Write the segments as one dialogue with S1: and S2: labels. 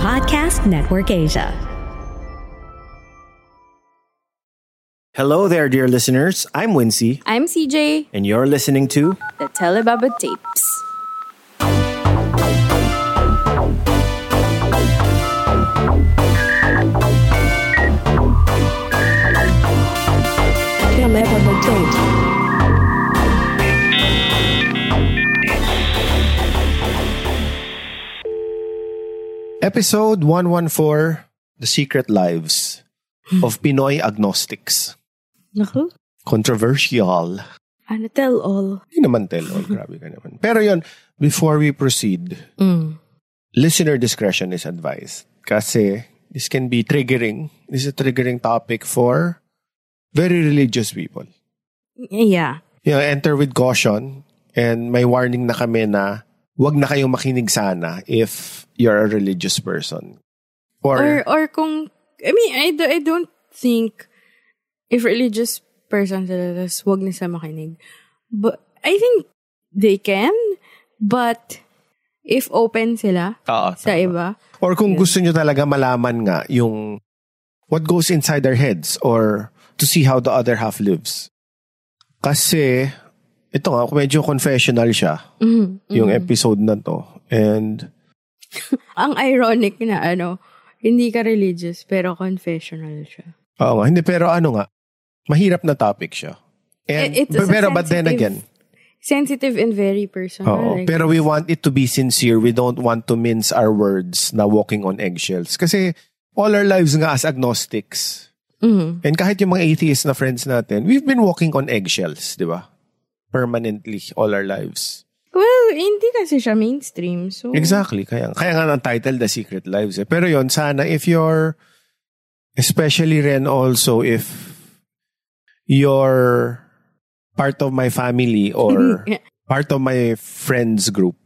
S1: Podcast Network Asia.
S2: Hello there, dear listeners. I'm Wincy,
S3: I'm CJ,
S2: and you're listening to
S3: the Telebaba Tapes.
S2: Episode 114 The Secret Lives of Pinoy Agnostics.
S3: Hmm. Naku,
S2: Controversial.
S3: ano tell all?
S2: Hindi naman tell all. Grabe ka naman. Pero yun, before we proceed,
S3: Hmm.
S2: listener discretion is advised. Kasi this can be triggering. This is a triggering topic for very religious people.
S3: Yeah.
S2: you know, enter with caution. And may warning na kami na wag na kayong makinig sana if you're a religious person. Or,
S3: Or, or kung, I mean, I, do, I don't think if religious person sila, tas wag na sila makinig. But, I think they can, but if open sila
S2: Oo,
S3: sa
S2: tama.
S3: iba,
S2: or kung gusto nyo talaga malaman nga yung what goes inside their heads or to see how the other half lives. Kasi, ito nga, medyo confessional siya,
S3: Mhm,
S2: yung
S3: mhm.
S2: episode na to. And,
S3: ang ironic na ano, hindi ka religious, pero confessional siya.
S2: oo nga, hindi, pero ano nga, mahirap na topic siya. And,
S3: It- it's a
S2: pero, but then
S3: sensitive
S2: again,
S3: Sensitive and very personal.
S2: Oo,
S3: I
S2: pero we want it to be sincere. We don't want to mince our words na walking on eggshells. Kasi all our lives nga as agnostics.
S3: Mhm.
S2: And kahit yung mga atheist na friends natin, we've been walking on eggshells, di ba? Permanently, all our lives.
S3: Well, hindi kasi siya mainstream. So,
S2: Exactly. Kaya, kaya nga ng title, The Secret Lives. Eh. Pero yon sana if you're, especially ren also, if you're part of my family or part of my friends group,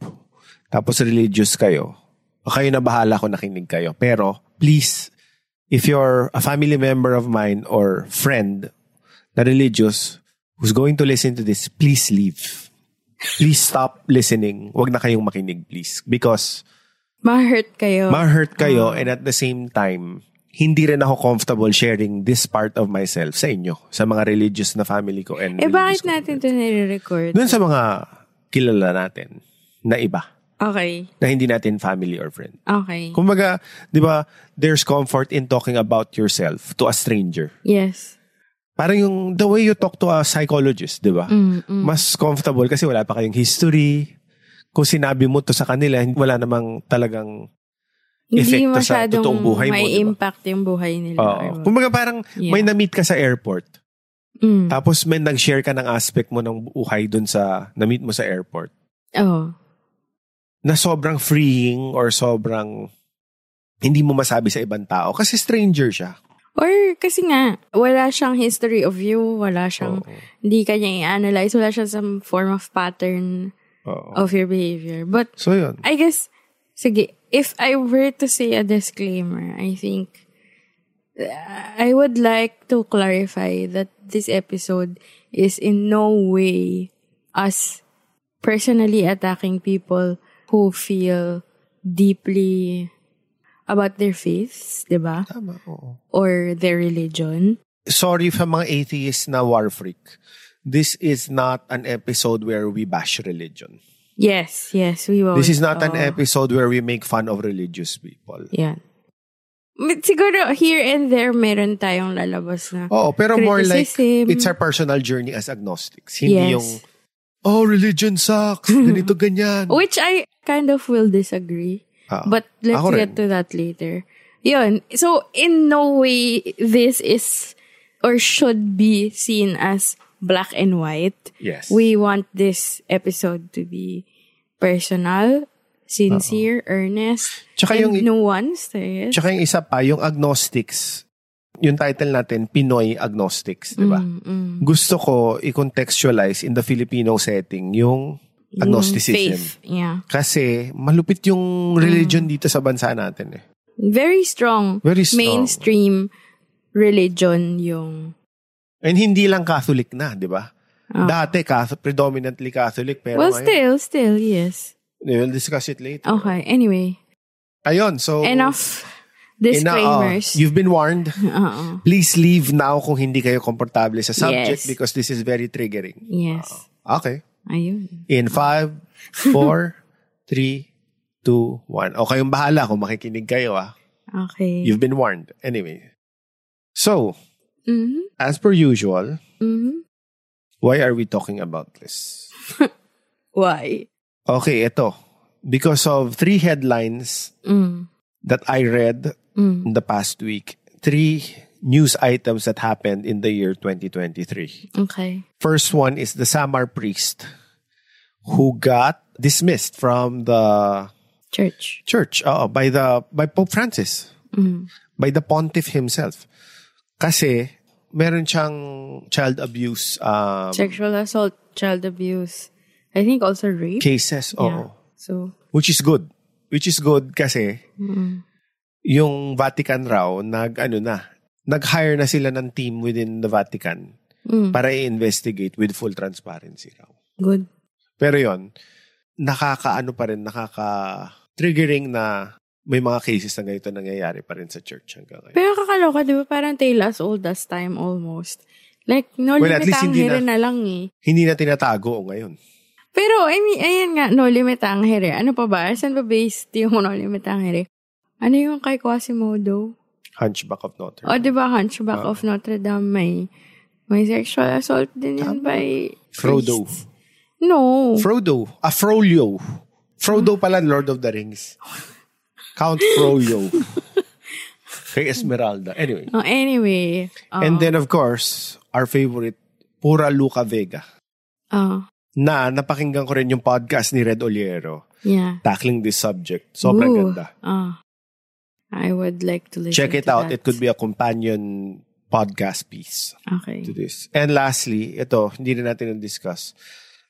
S2: tapos religious kayo, o kayo na bahala kung nakinig kayo. Pero, please, if you're a family member of mine or friend na religious who's going to listen to this, please leave please stop listening. Huwag na kayong makinig, please. Because
S3: ma-hurt kayo.
S2: ma-hurt kayo and at the same time, hindi rin ako comfortable sharing this part of myself sa inyo, sa mga religious na family ko. And
S3: eh,
S2: religious
S3: bakit natin
S2: community.
S3: ito nire-record?
S2: Doon sa mga kilala natin na iba,
S3: Okay.
S2: na hindi natin family or friend.
S3: Okay.
S2: Kumbaga, di ba, there's comfort in talking about yourself to a stranger.
S3: Yes.
S2: Parang yung the way you talk to a psychologist, di ba? Mas comfortable kasi wala pa kayong history. Kung sinabi mo to sa kanila, hin- wala namang talagang...
S3: Hindi
S2: Epekto sa
S3: masyadong
S2: totoong buhay mo,
S3: may
S2: diba?
S3: impact yung buhay nila.
S2: Oo.
S3: Or-
S2: Kumbaga parang
S3: Yeah.
S2: may na-meet ka sa airport.
S3: Mm.
S2: Tapos may nag-share ka ng aspect mo ng buhay dun sa na-meet mo sa airport.
S3: Oo.
S2: Na sobrang freeing or sobrang hindi mo masabi sa ibang tao kasi stranger siya.
S3: Or kasi nga, wala siyang history of you, wala siyang,
S2: Oo.
S3: hindi ka niya i-analyze, wala siya some form of pattern
S2: Oo.
S3: of your behavior. But
S2: So yun.
S3: I guess, sige, if I were to say a disclaimer, I think uh, I would like to clarify that this episode is in no way us personally attacking people who feel deeply about their faiths, di ba?
S2: Tama, oo.
S3: Or their religion.
S2: sorry sa mga atheists na war freak. This is not an episode where we bash religion.
S3: Yes, yes, we will.
S2: This is not an
S3: oh.
S2: episode where we make fun of religious people.
S3: Yan. Siguro, here and there, meron tayong lalabas na.
S2: Oo, pero more like
S3: Criticism.
S2: it's our personal journey as agnostics. Hindi
S3: Yes.
S2: yung oh, religion sucks, ganito ganyan.
S3: Which I kind of will disagree.
S2: Ah,
S3: but let's
S2: ako rin.
S3: get to that later. Yun. So, in no way this is or should be seen as black and white.
S2: Yes.
S3: We want this episode to be personal, sincere, earnest,
S2: Tsaka
S3: and
S2: yung-
S3: nuanced, I guess.
S2: Tsaka yung isa pa, yung agnostics. Yung title natin, Pinoy Agnostics, di ba?
S3: Mm,
S2: Gusto ko i-contextualize in the Filipino setting yung
S3: Yung
S2: agnosticism.
S3: faith, Mm. yeah.
S2: Kasi malupit yung religion dito sa bansa natin eh.
S3: Very strong,
S2: Very strong.
S3: mainstream religion yung
S2: And hindi lang Catholic na, di ba? Dati, Catholic, predominantly Catholic. Pero
S3: Ah. Well,
S2: ngayon- eh,
S3: still, still, yes.
S2: We'll discuss it later.
S3: Okay, anyway.
S2: Ayun, so...
S3: Enough
S2: Ina- oh,
S3: disclaimers.
S2: you've been warned.
S3: Oo.
S2: Please leave now kung hindi kayo komportable sa subject
S3: Yes.
S2: because this is very triggering.
S3: Yes.
S2: Okay.
S3: Ayun.
S2: In 5, 4, 3, 2, 1. O kayong bahala kung makikinig kayo ah.
S3: Okay.
S2: You've been warned. Anyway. So,
S3: Mhm.
S2: as per usual,
S3: Mhm.
S2: why are we talking about this?
S3: Why?
S2: Okay, ito. Because of three headlines
S3: Mm.
S2: that I read
S3: Mm.
S2: in the past week. Three news items that happened in the year 2023.
S3: Okay.
S2: First one is the Samar priest who got dismissed from the
S3: Church.
S2: church oo, by the by Pope Francis.
S3: Mm.
S2: By the pontiff himself. Kasi meron siyang child abuse um,
S3: Sexual assault, child abuse. I think also rape.
S2: cases.
S3: Yeah.
S2: Oo.
S3: So,
S2: Which is good. Which is good kasi yung Vatican raw nag ano na, nag-hire na sila ng team within the Vatican para i-investigate with full transparency raw.
S3: good.
S2: Pero yon nakakaano pa rin, nakaka-triggering na may mga cases na ganito nangyayari pa rin sa church hanggang ngayon.
S3: Pero kakaloka, di ba parang tale as old as time almost. Like, no
S2: Well, at
S3: limit
S2: least
S3: ang
S2: hindi
S3: here
S2: na-
S3: na. lang eh.
S2: Hindi na tinatago o ngayon.
S3: Pero, I mean, ayan nga, no limit ang here. Ano pa ba? Saan ba based yung no limit ang here? Ano yung kay Quasimodo?
S2: Hunchback of Notre
S3: O,
S2: Dame.
S3: di ba, Hunchback of Notre Dame, may, may sexual assault din yun by
S2: Frodo.
S3: priests. No.
S2: Frodo. Ah, Frollo. Frodo pala, Lord of the Rings. Count Frollo. Kay Esmeralda. Anyway.
S3: Oh, anyway. Oh,
S2: And then, of course, our favorite, Pura Luca Vega.
S3: oh,
S2: Na, napakinggan ko rin yung podcast ni Red Oliero
S3: yeah.
S2: tackling this subject. Sobrang
S3: Ooh.
S2: ganda.
S3: Ah. I would like to listen
S2: Check it
S3: to
S2: out.
S3: that.
S2: It could be a companion podcast piece
S3: Okay.
S2: to this. And lastly, ito, hindi na natin na-discuss.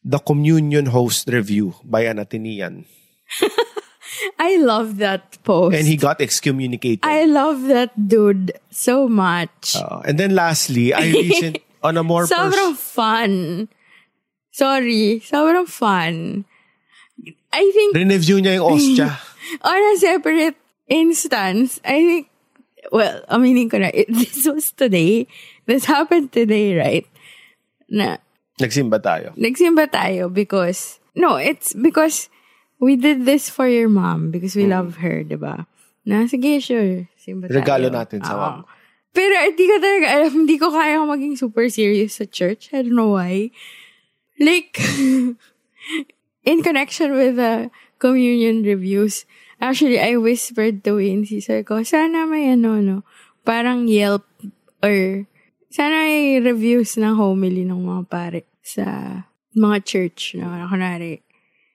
S2: The Communion Host Review by an Athenian.
S3: I love that post.
S2: And he got excommunicated.
S3: I love that dude so much.
S2: Uh, and then lastly, I recent on a more
S3: Sobrang
S2: pers-
S3: fun. Sorry. Sobrang fun. I think
S2: Rineview niya yung Ostia.
S3: on a separate instance, I think, well, aminin ko na, it, this was today. This happened today, right? Na,
S2: Nagsimba tayo.
S3: nagsimba tayo because, no, it's because we did this for your mom because
S2: Hmm.
S3: we love her, di ba? Na, sige, sure. Simba
S2: Regalo
S3: tayo.
S2: natin sa
S3: Oo.
S2: mom.
S3: Pero hindi ko talaga alam, hindi ko kaya maging super serious sa church. I don't know why. Like, in connection with the communion reviews, actually, I whispered to Wayne Caesar ko, sana may ano, no, parang Yelp or sana may reviews ng homily ng mga pare sa mga church na kunwari,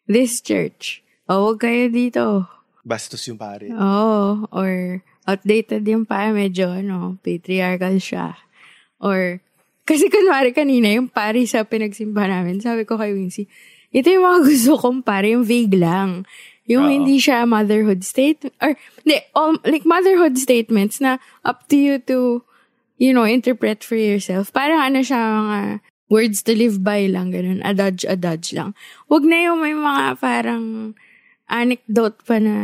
S3: this church, o huwag kayo dito,
S2: Bastos yung pare.
S3: Oo. Or outdated yung pare. Medyo, ano, patriarchal siya. Or, kasi kunwari kanina, yung pare sa pinagsimba namin, sabi ko kay Wincy, ito yung mga gusto kong pare, yung vague lang. Yung hindi siya motherhood statement. Or, hindi, um, like motherhood statements na up to you to, you know, interpret for yourself. Parang ano siya, mga words to live by lang, ganun. Adage, adage lang. Huwag na yung may mga parang anecdote pa na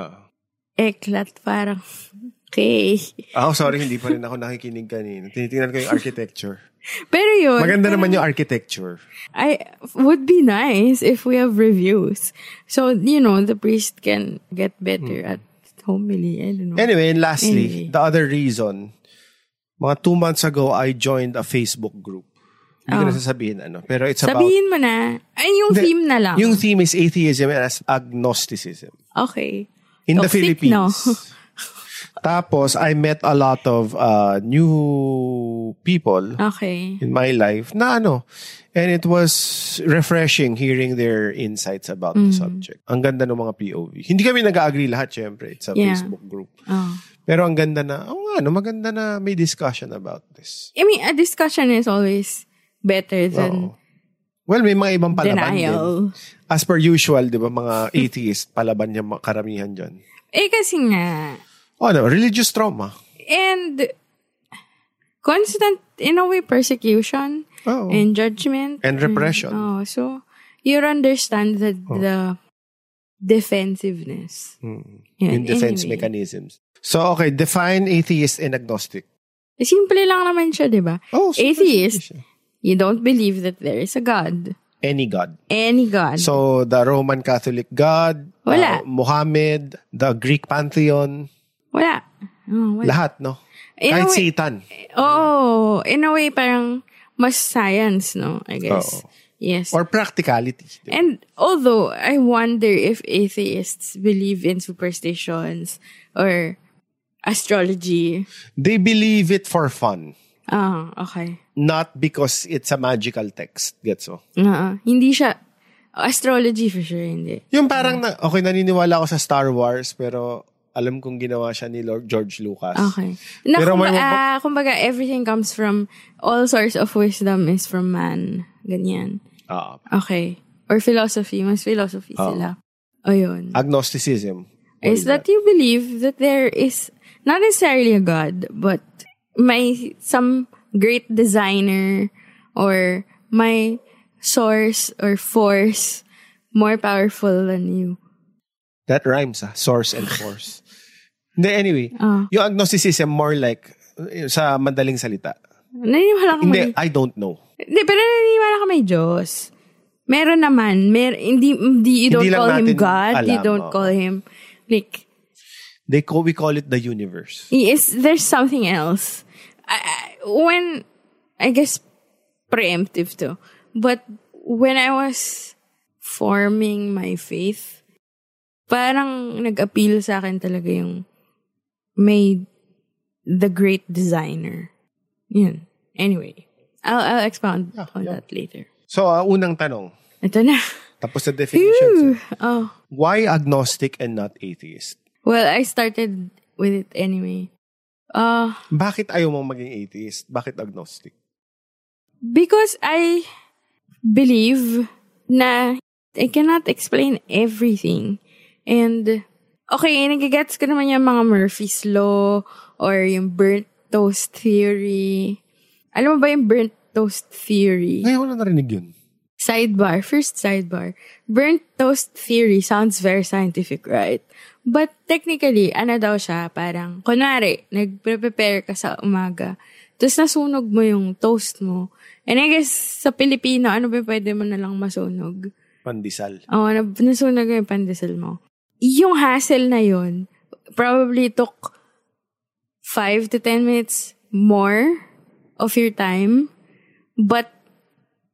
S2: Oo.
S3: eklat parang okay.
S2: Ako, Ah, oh, sorry, hindi pa rin ako nakikinig kanina. Tinitingnan ko yung architecture.
S3: Pero yun,
S2: Maganda
S3: parang
S2: naman yung architecture.
S3: I would be nice if we have reviews. So, you know, the priest can get better at homily. I don't know.
S2: Hmm. Anyway, and lastly,
S3: Anyway.
S2: the other reason, mga two months ago, I joined a Facebook group. Hindi ko na sasabihin ano. Pero it's
S3: Ah. Sabihin mo na. Ay, yung
S2: about...
S3: theme na lang.
S2: Yung theme is atheism and agnosticism.
S3: okay.
S2: In the
S3: Toxic,
S2: Philippines.
S3: no?
S2: Tapos, I met a lot of uh, new people
S3: Okay.
S2: in my life na ano. And it was refreshing hearing their insights about the subject. Ang ganda ng mga POV. Hindi kami nag-agree lahat, syempre. It's a
S3: Yeah.
S2: Facebook group.
S3: Oh.
S2: Pero ang ganda na, oh nga, no, maganda na may discussion about this.
S3: I mean, a discussion is always better than
S2: Oo. Well, may mga ibang palaban din.
S3: denial.
S2: As per usual, di ba, mga atheist, palaban niya ma- karamihan dyan.
S3: Eh, kasi nga,
S2: Oh, no, religious trauma.
S3: and constant, in a way, persecution
S2: Oh. And,
S3: and judgment.
S2: repression. Oh.
S3: Oh, so you understand the, the defensiveness.
S2: Hmm. Yung defense mechanisms. So, okay, define atheist and agnostic.
S3: Eh, Simple lang naman siya, di ba?
S2: Oh, super simple
S3: Atheist.
S2: siya.
S3: You don't believe that there is a God.
S2: Any god.
S3: Any God.
S2: So, the Roman Catholic God,
S3: Ano?
S2: uh,
S3: Wala.
S2: Muhammad, the Greek pantheon,
S3: wala. Oh, wala.
S2: lahat, no?
S3: In a
S2: Kahit
S3: way-
S2: Satan.
S3: Oh, in a way, parang mas science, no? I guess.
S2: Oo.
S3: Yes.
S2: Or practicality. di ba?
S3: and although I wonder if atheists believe in superstitions or astrology.
S2: They believe it for fun.
S3: Ah, okay.
S2: Not because it's a magical text. Gets mo?
S3: Oo. Hindi siya, astrology for sure, hindi.
S2: Yung parang,
S3: Mm.
S2: na, okay, naniniwala ako sa Star Wars, pero alam kong ginawa siya ni Lord George Lucas.
S3: Okay. Na,
S2: Pero may-
S3: kumba- ah, kumbaga, everything comes from, all source of wisdom is from man. Ganyan.
S2: Ah,
S3: Okay. Or philosophy. Mas philosophy sila. O yun.
S2: agnosticism. Ah, What
S3: is that you believe that there is, not necessarily a God, but may some great designer or my source or force more powerful than you.
S2: That rhymes, ah. Source and force. Hindi, anyway.
S3: Ah.
S2: Yung agnosticism, more like, uh, sa madaling salita.
S3: Naniniwala ka
S2: Hindi,
S3: may-
S2: I don't know.
S3: Hindi, pero naniniwala ka may Diyos. Meron naman. Mer hindi, hindi, you don't
S2: Hindi lang
S3: call him
S2: natin
S3: God. you
S2: alam,
S3: don't
S2: oo.
S3: call him, like,
S2: They call, we call it the universe.
S3: is there's something else I, I, when i guess preemptive too but when i was forming my faith parang nag-appeal sa akin talaga yung may the great designer yun anyway i'll, I'll expound
S2: Ah,
S3: on that later
S2: So, ah, unang tanong.
S3: ito na
S2: Tapos sa definitions. eh.
S3: oh
S2: Why agnostic and not atheist?
S3: well i started with it anyway uh
S2: Bakit ayaw mong maging atheist? Bakit agnostic?
S3: Because I believe na I cannot explain everything. And, okay, nagigets ko naman yung mga Murphy's Law or yung burnt toast theory. Alam mo ba yung burnt toast theory?
S2: Ngayon ko na narinig yun.
S3: Sidebar, first sidebar. Burnt toast theory sounds very scientific, right? But technically, ano daw siya, parang, kunwari, nagpre-prepare ka sa umaga, tapos nasunog mo yung toast mo. And I guess, sa Pilipino, ano ba yung pwede mo nalang masunog?
S2: Pandesal.
S3: Oo, na nasunog yung pandesal mo. Yung hassle na yun, probably took 5 to 10 minutes more of your time. But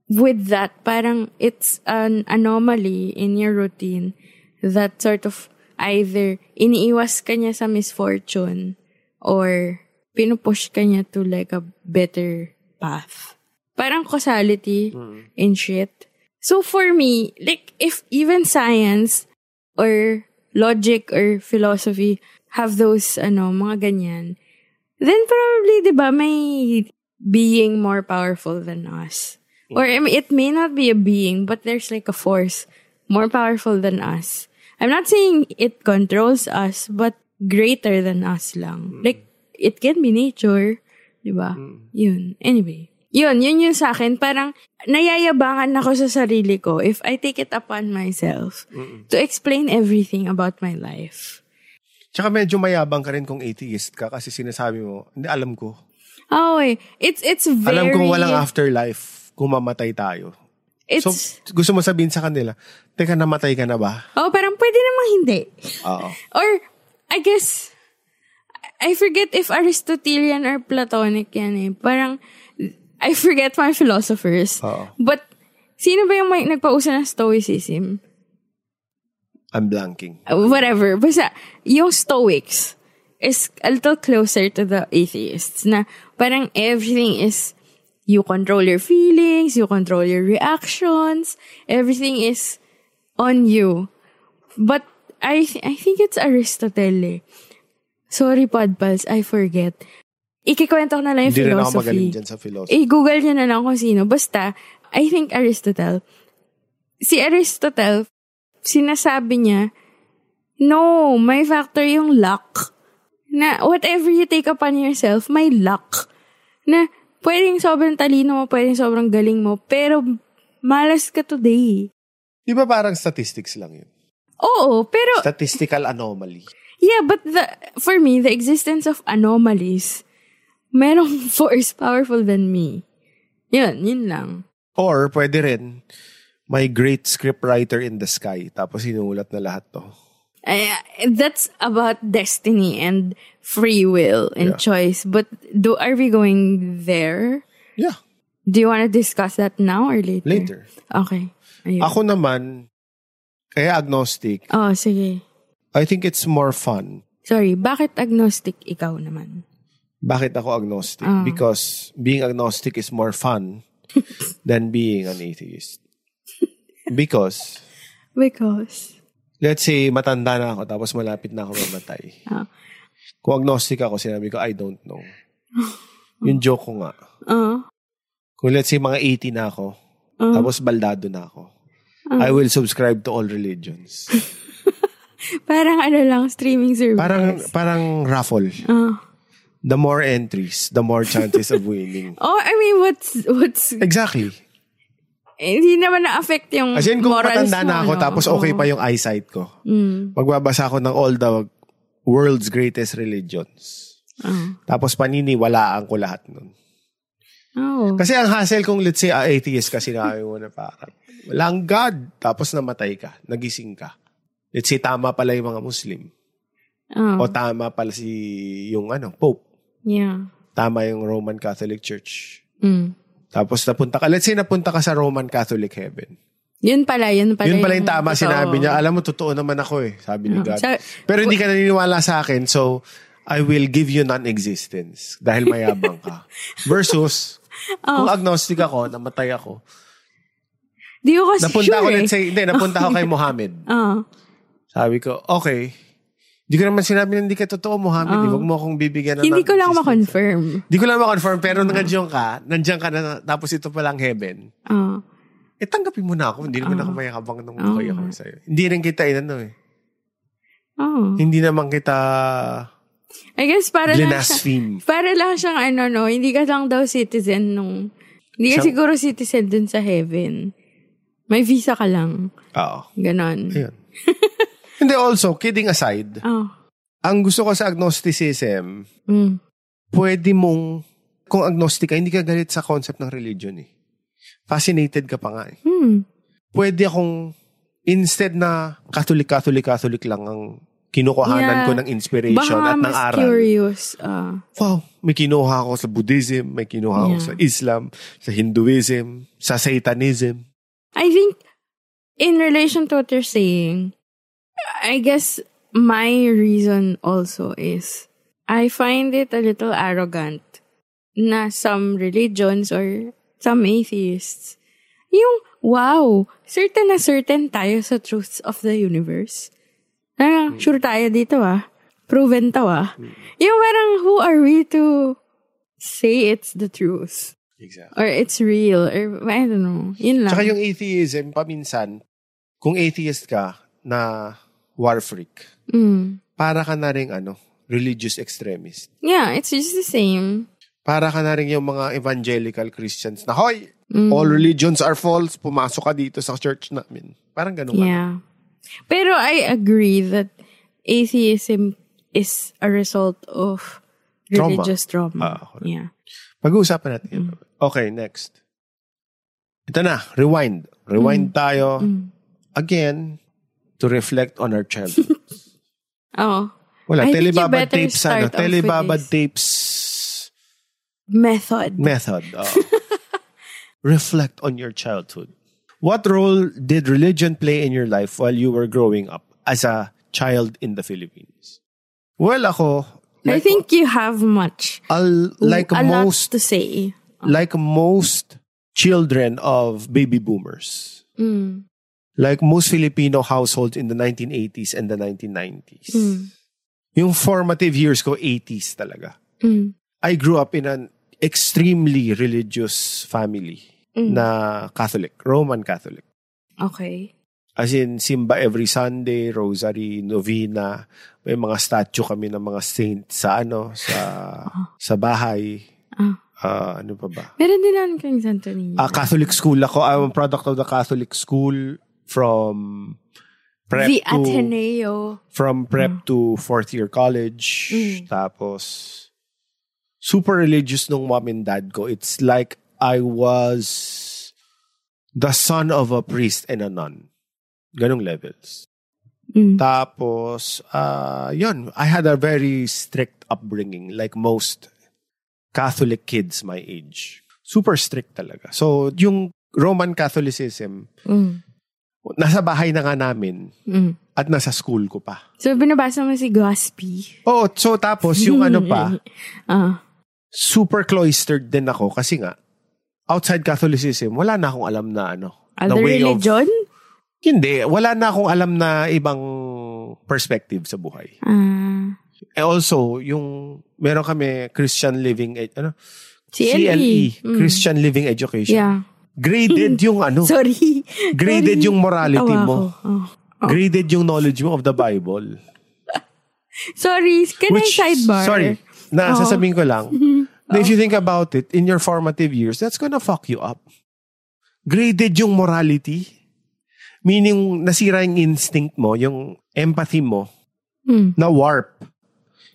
S3: with that, parang it's an anomaly in your routine that sort of either iniiwas ka niya sa misfortune or pinupush ka niya to like a better path. Parang causality and shit. So for me, like if even science or logic or philosophy have those ano, mga ganyan, then probably, di ba, may being more powerful than us. Or I mean, it may not be a being, but there's like a force more powerful than us. I'm not saying it controls us, but greater than us
S2: Mm.
S3: lang. Like, it can be nature, di ba? Yun. Anyway. Yun, yun yun sa akin. Parang, nayayabangan ako sa sarili ko if I take it upon myself to explain everything about my life.
S2: Tsaka medyo mayabang ka rin kung atheist ka kasi sinasabi mo, hindi alam ko.
S3: Oh, eh. It's, it's very...
S2: Alam kong walang afterlife kung mamatay tayo.
S3: It's,
S2: So, gusto mo sabihin sa kanila, teka, namatay ka na ba?
S3: oh, parang pwede namang hindi.
S2: Oo.
S3: Or, I guess, I forget if Aristotelian or Platonic yan eh. Parang, I forget my philosophers.
S2: Oo.
S3: But, sino ba yung may nagpausa ng Stoicism?
S2: I'm blanking.
S3: Uh, Whatever. Basta, yung Stoics. is a little closer to the atheists na parang everything is you control your feelings, you control your reactions, everything is on you. But I th- I think it's Aristotle. eh. Sorry, Podpals, I forget. Ikikwento ko na lang yung
S2: Hindi rin ako
S3: philosophy. Eh-
S2: magaling dyan sa philosophy.
S3: I-google niya na lang kung sino. Basta, I think Aristotle. Si Aristotle, sinasabi niya, no, may factor yung luck. Na whatever you take upon yourself, may luck. Na pwedeng sobrang talino mo, pwedeng sobrang galing mo, pero malas ka today.
S2: Di ba parang statistics lang yun?
S3: Oo, pero
S2: Statistical anomaly.
S3: Yeah, but the for me, the existence of anomalies, merong force powerful than me. Yun, yun lang.
S2: Or pwede rin, my great scriptwriter in the sky. Tapos sinulat na lahat to.
S3: I, I- Eh, that's about destiny and free will and
S2: Yeah.
S3: choice. But do are we going there?
S2: Yeah,
S3: Do you want to discuss that now or later?
S2: later.
S3: Okay. Ayun.
S2: Ako naman, kaya agnostic,
S3: oh, sige.
S2: I think it's more fun.
S3: Sorry, bakit agnostic ikaw naman?
S2: Bakit ako agnostic?
S3: Ah.
S2: Because being agnostic is more fun than being an atheist. Because,
S3: Because,
S2: let's say, matanda na ako tapos malapit na ako mamatay.
S3: Ah.
S2: Kung agnostic ako, sinabi ko, I don't know. Yung joke ko nga.
S3: uh,
S2: Kung let's say, mga 80 na ako,
S3: Ah.
S2: tapos baldado na ako, I will subscribe to all religions.
S3: parang ano lang, streaming service.
S2: Parang, parang raffle.
S3: Ah.
S2: The more entries, the more chances of winning.
S3: oh, I mean, what's, what's,
S2: Exactly.
S3: Eh, hindi naman na-affect yung
S2: As in, kung
S3: morals
S2: matanda
S3: mo,
S2: na ako,
S3: no?
S2: tapos okay
S3: Oo. Mm.
S2: pa yung eyesight ko. Magbabasa ako ng all the world's greatest religions.
S3: Oh.
S2: Tapos paniniwalaan ko lahat nun.
S3: Oo.
S2: Kasi ang hassle kung let's say ah, atheist ka, sinabi mo na parang, walang God. Tapos namatay ka, nagising ka. Let's say tama pala yung mga Muslim.
S3: Oo.
S2: O tama pala si yung ano, Pope.
S3: Yeah.
S2: Tama yung Roman Catholic Church.
S3: Mm.
S2: Tapos napunta ka, let's say napunta ka sa Roman Catholic Heaven.
S3: Yun pala, yun pala.
S2: Yun pala yung tama
S3: totoo.
S2: sinabi niya. Alam mo, totoo naman ako eh, sabi ni
S3: Oo.
S2: God.
S3: Sa-
S2: Pero hindi ka naniniwala sa akin, so I will give you non-existence dahil mayabang ka. Versus,
S3: Oh.
S2: kung agnostic ako, namatay ako.
S3: Di ko kasi
S2: Napunta
S3: sure
S2: ako,
S3: eh. Oh.
S2: let's say, hindi, napunta ako kay Mohammed.
S3: Oo.
S2: Sabi ko, okay. Hindi ko naman sinabi na hindi ka totoo, Mohammed. eh. Huwag mo akong bibigyan ng
S3: Oh. hindi ko lang
S2: non-existence.
S3: ma-confirm.
S2: Hindi ko lang ma-confirm, pero nandiyan ka, nandiyan ka na, tapos ito palang heaven.
S3: Oo.
S2: Eh, tanggapin mo na ako. Hindi naman
S3: Oh.
S2: ako mayakabang nung
S3: Oo
S2: buhay ako
S3: nga.
S2: sa'yo. Hindi rin kita inano eh.
S3: Oo.
S2: Hindi naman kita
S3: oh. I guess para lang siya,
S2: blinaspheme.
S3: para lang siyang ano no, hindi ka lang daw citizen nung, hindi ka
S2: Siyang-
S3: siguro citizen dun sa heaven. May visa ka lang.
S2: Oo.
S3: Ganon.
S2: Ayun. Hindi also, kidding aside,
S3: Oh.
S2: ang gusto ko sa agnosticism,
S3: Mm.
S2: pwede mong, kung agnostic ka, hindi ka galit sa concept ng religion eh. Fascinated ka pa nga eh.
S3: Hmm.
S2: Pwede akong, instead na Catholic, Catholic, Catholic lang ang kinukuhanan
S3: Yeah.
S2: ko ng inspiration
S3: Baka
S2: at ng
S3: mas
S2: aral.
S3: curious. ah.
S2: Wow, may kinuha ako sa Buddhism, may kinuha ako
S3: Yeah.
S2: sa Islam, sa Hinduism, sa Satanism.
S3: I think in relation to what you're saying, I guess my reason also is I find it a little arrogant na some religions or some atheists, yung wow, certain na certain tayo sa truths of the universe.
S2: Hmm.
S3: Parang, sure tayo dito ah. Proven to ah. Yung parang, who are we to say it's the truth?
S2: Exactly.
S3: Or it's real? Or, I don't know. Yun lang.
S2: Tsaka yung atheism, paminsan, kung atheist ka na war freak,
S3: Mm.
S2: para ka na rin ano, religious extremist.
S3: Yeah, it's just the same.
S2: Para ka na rin yung mga evangelical Christians na, Hoy!
S3: Mm.
S2: All religions are false. Pumasok ka dito sa church namin. Parang ganun. ka.
S3: Yeah. Pero I agree that atheism is a result of
S2: Trauma.
S3: religious trauma.
S2: Ah, correct.
S3: yeah.
S2: Pag-uusapan natin.
S3: Mm.
S2: yun. Okay, next. Ito na, rewind.
S3: Mm.
S2: Rewind tayo again to reflect on our childhood.
S3: Oh,
S2: Wala,
S3: I think you
S2: telebabad
S3: better
S2: tapes ano.
S3: start off with
S2: Telebabad
S3: this.
S2: tapes
S3: method.
S2: method. oo. reflect on your childhood. What role did religion play in your life while you were growing up as a child in the Philippines? Well, ako,
S3: I think you have much.
S2: I'll, like
S3: a
S2: most
S3: lot to say.
S2: like most children of baby boomers.
S3: Mm.
S2: Like most Filipino households in the 1980s and the 1990s.
S3: Hmm.
S2: Yung formative years ko, 80s talaga.
S3: Mm.
S2: I grew up in an extremely religious family
S3: Mm.
S2: na Catholic, Roman Catholic.
S3: Okay.
S2: As in, simba every Sunday, rosary, novena. May mga statue kami ng mga saint sa ano, sa sa bahay.
S3: Ah.
S2: Ah, ano pa ba?
S3: Meron din naman kayong Santo Niño.
S2: Ah, Catholic school ako. I'm a product of the Catholic school from prep
S3: the
S2: to
S3: Ateneo.
S2: from
S3: Mm.
S2: prep to fourth year college. Tapos super religious nung mom and dad ko. It's like I was the son of a priest and a nun. Ganong levels.
S3: Mm.
S2: Tapos, uh, yun, I had a very strict upbringing, like most Catholic kids my age. Super strict talaga. So, yung Roman Catholicism,
S3: Mm.
S2: nasa bahay na nga namin
S3: Mm.
S2: at nasa school ko pa.
S3: So, binabasa mo si Gospi.
S2: Oh, so tapos yung ano pa,
S3: Ah.
S2: super cloistered din ako kasi nga, outside Catholicism, wala na akong alam na ano. na
S3: Other
S2: way of-
S3: religion?
S2: hindi, wala na akong alam na ibang perspective sa buhay.
S3: Ah.
S2: Eh, also, yung meron kami Christian Living Ed- ano? E,
S3: CLE. Mm.
S2: Christian Living Education.
S3: Yeah.
S2: Graded yung ano,
S3: Sorry.
S2: graded
S3: Sorry.
S2: yung morality
S3: Tawa
S2: mo.
S3: ako. Oh.
S2: graded yung knowledge mo of the Bible.
S3: Sorry. Can I sidebar?
S2: Sorry, na
S3: Oo.
S2: sasabihin ko lang. na if you think about it, in your formative years, that's gonna fuck you up. Graded yung morality. Meaning, nasira yung instinct mo, yung empathy mo,
S3: Mm.
S2: na warp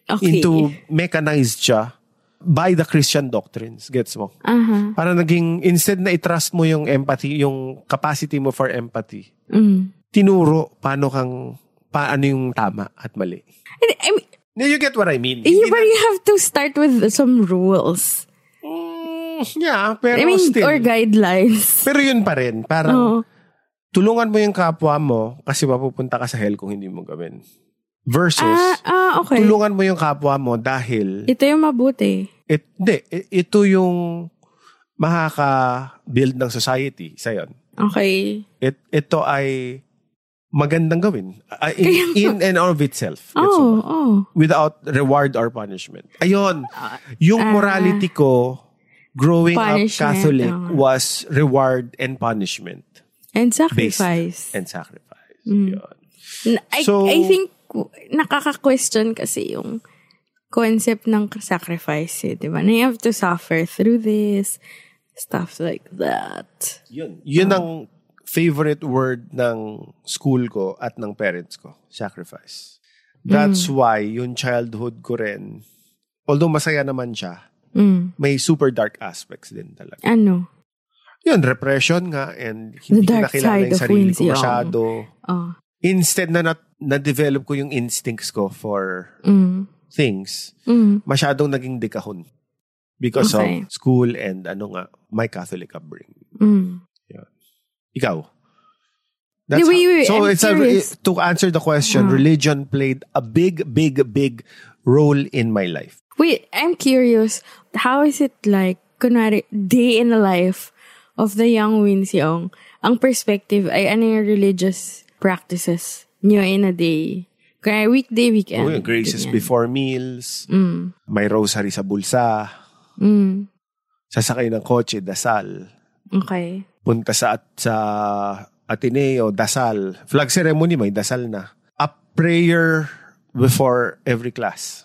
S3: Okay.
S2: into mechanized siya by the Christian doctrines. Gets mo?
S3: Aha.
S2: Para naging, instead na i-trust mo yung empathy, yung capacity mo for empathy,
S3: Mm.
S2: tinuro paano kang, paano yung tama at mali.
S3: And, I mean,
S2: You get what I mean?
S3: you,
S2: Hindi
S3: but
S2: na-
S3: you have to start with some rules.
S2: Mm, yeah, pero
S3: I mean,
S2: still.
S3: or guidelines.
S2: pero yun pa rin. Parang,
S3: Oh.
S2: tulungan mo yung kapwa mo kasi mapupunta ka sa hell kung hindi mo gawin. Versus,
S3: Ah, ah, okay.
S2: tulungan mo yung kapwa mo dahil
S3: Ito yung mabuti.
S2: it, hindi, i- ito yung makaka-build ng society sa yon.
S3: Okay.
S2: It, ito ay magandang gawin. Ah, in,
S3: Kaya-
S2: in and of itself. Gets mo
S3: Oh,
S2: ba?
S3: oh.
S2: Without reward or punishment. Ayun.
S3: Ah.
S2: Yung morality ko growing up
S3: Punishment,
S2: Catholic
S3: oo.
S2: was reward and punishment
S3: And
S2: based
S3: sacrifice. Mm.
S2: and sacrifice. Yun.
S3: N-
S2: Eh,
S3: I,
S2: So-
S3: I think w- nakaka-question kasi yung concept ng sacrifice, eh, di ba? Na you have to suffer through this, stuff like that.
S2: Yun. Yun ang favorite word ng school ko at ng parents ko. Sacrifice.
S3: Mm.
S2: That's why yung childhood ko rin, although masaya naman siya,
S3: Mm.
S2: may super dark aspects din talaga.
S3: Ano?
S2: yun, repression nga and hindi ko
S3: dark
S2: nakilala
S3: side
S2: yung
S3: of
S2: sarili
S3: Quincy
S2: ko
S3: Young.
S2: masyado.
S3: Oh.
S2: Instead na nat- na-develop ko yung instincts ko for
S3: Mm.
S2: things,
S3: Mm.
S2: masyadong naging dikahon because
S3: Okay.
S2: of school and ano nga, my Catholic upbringing.
S3: Mm.
S2: Ikaw?
S3: Wait, wait,
S2: how- so
S3: wait, I'm
S2: it's a,
S3: curious. Ah.
S2: it- to answer the question, religion played a big, big, big role in my life.
S3: Wait, I'm curious. How is it like, kunwari, day in the life of the young Win Seong? Ang perspective ay ano yung religious practices nyo in a day? Kunwari, weekday, weekend.
S2: Oh, yung graces
S3: ganyan.
S2: before meals,
S3: Mm,
S2: may rosary sa bulsa,
S3: mm,
S2: sasakay ng kotse, dasal.
S3: okay.
S2: punta sa at sa Ateneo, dasal. Flag ceremony, may dasal na. A prayer before every class.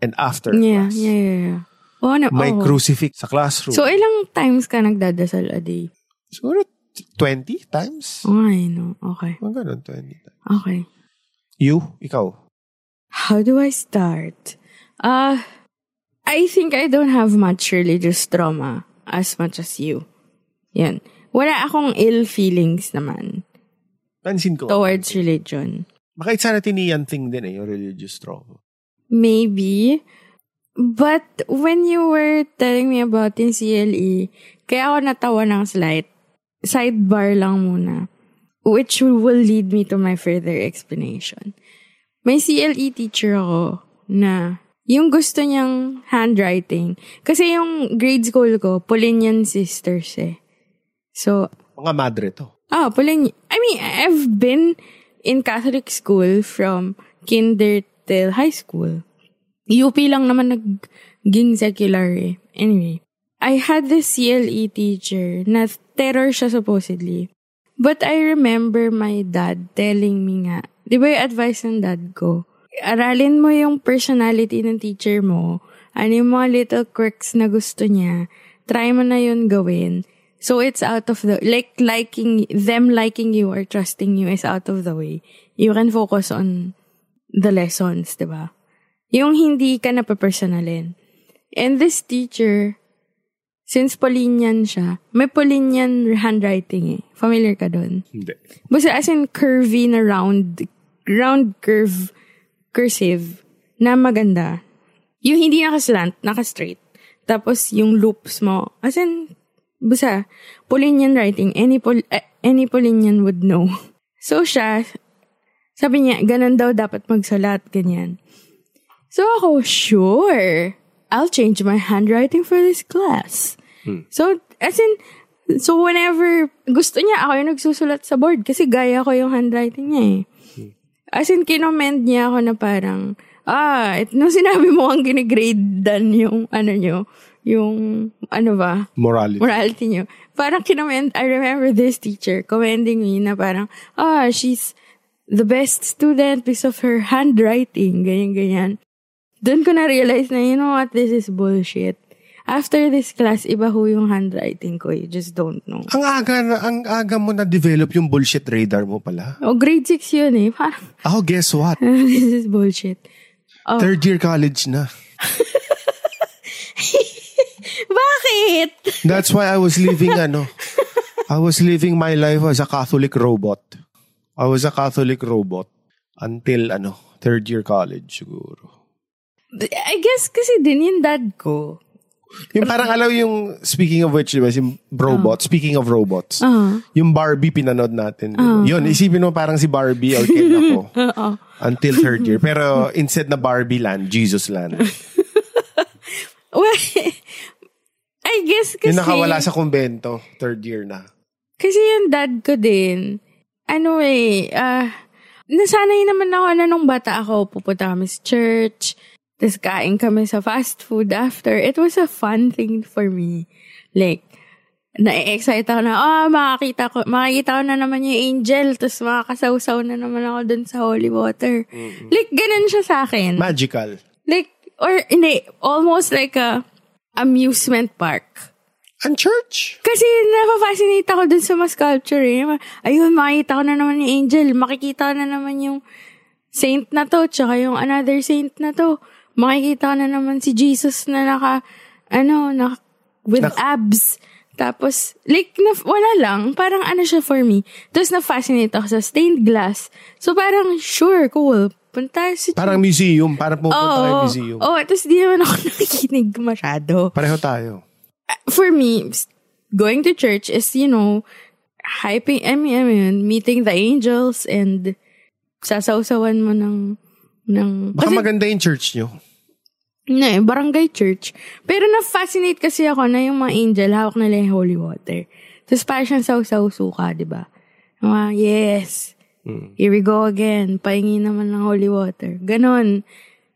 S2: And after
S3: Yeah,
S2: class.
S3: yeah, yeah, yeah. Oo na,
S2: May
S3: oo.
S2: crucifix sa classroom.
S3: So, ilang times ka nagdadasal a day?
S2: Siguro 20 times?
S3: Oh, I know. Okay.
S2: Mga ganun, 20 times.
S3: Okay.
S2: You? Ikaw?
S3: How do I start? Uh, I think I don't have much religious trauma as much as you. Yan. Wala akong ill feelings naman
S2: Pansin ko.
S3: towards religion.
S2: Baka it's an Atenean thing din eh, yung religious trauma.
S3: Maybe. But when you were telling me about in CLE, E, kaya ako natawa ng slight. Sidebar lang muna. Which will lead me to my further explanation. May CLE teacher ako E na yung gusto niyang handwriting. Kasi yung grade school ko, Polinian sisters eh. So,
S2: Mga madre to.
S3: ah, Polinian. I mean, I've been in Catholic school from kinder till high school. UP lang naman naging secular eh. Anyway, I had this CLE teacher na terror siya supposedly. But I remember my dad telling me nga, di ba yung advice ng dad ko? Aralin mo yung personality ng teacher mo, ano yung mga little quirks na gusto niya, try mo na yun gawin. So it's out of the, like liking, them liking you or trusting you is out of the way. You can focus on the lessons, di ba? Yung hindi ka napapersonalin. And this teacher, since Polinian siya, may Polinian handwriting eh. Familiar ka doon?
S2: Hindi.
S3: Basta as in curvy na round, round curve, cursive, na maganda. Yung hindi nakaslant, naka-straight. Tapos yung loops mo, as in, basta, Polinian writing, any, Pol- eh, any Polinian would know. So siya, sabi niya, ganun daw dapat magsulat, ganyan. So ako, sure, I'll change my handwriting for this class. So, as in, so whenever, gusto niya ako yung nagsusulat sa board kasi gaya ko yung handwriting niya eh. As in, kinomend niya ako na parang, ah, it, nung sinabi mo ang ginigrade dan yung, ano nyo, yung, ano ba,
S2: Morality.
S3: morality nyo. Parang kinommend, I remember this teacher commending me na parang, ah, she's the best student because of her handwriting, ganyan-ganyan. Doon ko na-realize na, you know what, this is bullshit. After this class, iba ho yung handwriting ko. You just don't know.
S2: Ang aga, na, ang aga mo na develop yung bullshit radar mo pala.
S3: Oh, grade 6 yun eh. Parang,
S2: Ako, guess what?
S3: this is bullshit.
S2: Third year college na.
S3: Bakit?
S2: That's why I was living ano. I was living my life as a Catholic robot. I was a Catholic robot until ano, third year college siguro.
S3: I guess kasi din yung dad ko.
S2: Yung parang alam yung speaking of which, diba, yung robot, speaking of robots. Yung Barbie pinanood natin. diba? Yun, isipin mo parang si Barbie or kid ako. Until third year. Pero instead na Barbie land, Jesus land.
S3: Well, I guess kasi...
S2: Yung nakawala sa kumbento, third year na.
S3: Kasi yung dad ko din, ano eh, ah, nasanay naman ako na nung bata ako, pupunta kami sa church, tapos kain kami sa fast food after. It was a fun thing for me. Like, na-excite ako na, oh, makakita ko, makikita ko na naman yung angel, tapos makakasawsaw na naman ako dun sa holy water. Like, ganun siya sa akin.
S2: Magical.
S3: like, or, hindi, almost like a amusement park.
S2: And church.
S3: Kasi napafascinate ako dun sa mga sculpture eh. Ayun, makikita ko na naman yung angel. Makikita ko na naman yung saint na to, tsaka yung another saint na to. Makikita ko na naman si Jesus na naka, ano, naka, with
S2: Nak-
S3: abs. Tapos, like, na, wala lang. Parang ano siya for me. Tapos, na-fascinate ako sa stained glass. So, parang, sure, cool. Punta sa...
S2: Parang museum. Parang pupunta kayo
S3: oh,
S2: museum.
S3: Mm. oh, tapos di naman ako nakikinig masyado
S2: Pareho tayo.
S3: for me, going to church is, you know, hyping, I mean, I mean meeting the angels and sasawsawan mo ng, ng,
S2: Baka maganda yung church nyo.
S3: na eh, barangay church. Pero na-fascinate kasi ako na yung mga angel, hawak nila yung holy water. Tapos parang siyang saw-saw suka, di ba? Yung Mga, yes, here we go again, paingi naman ng holy water. Ganon.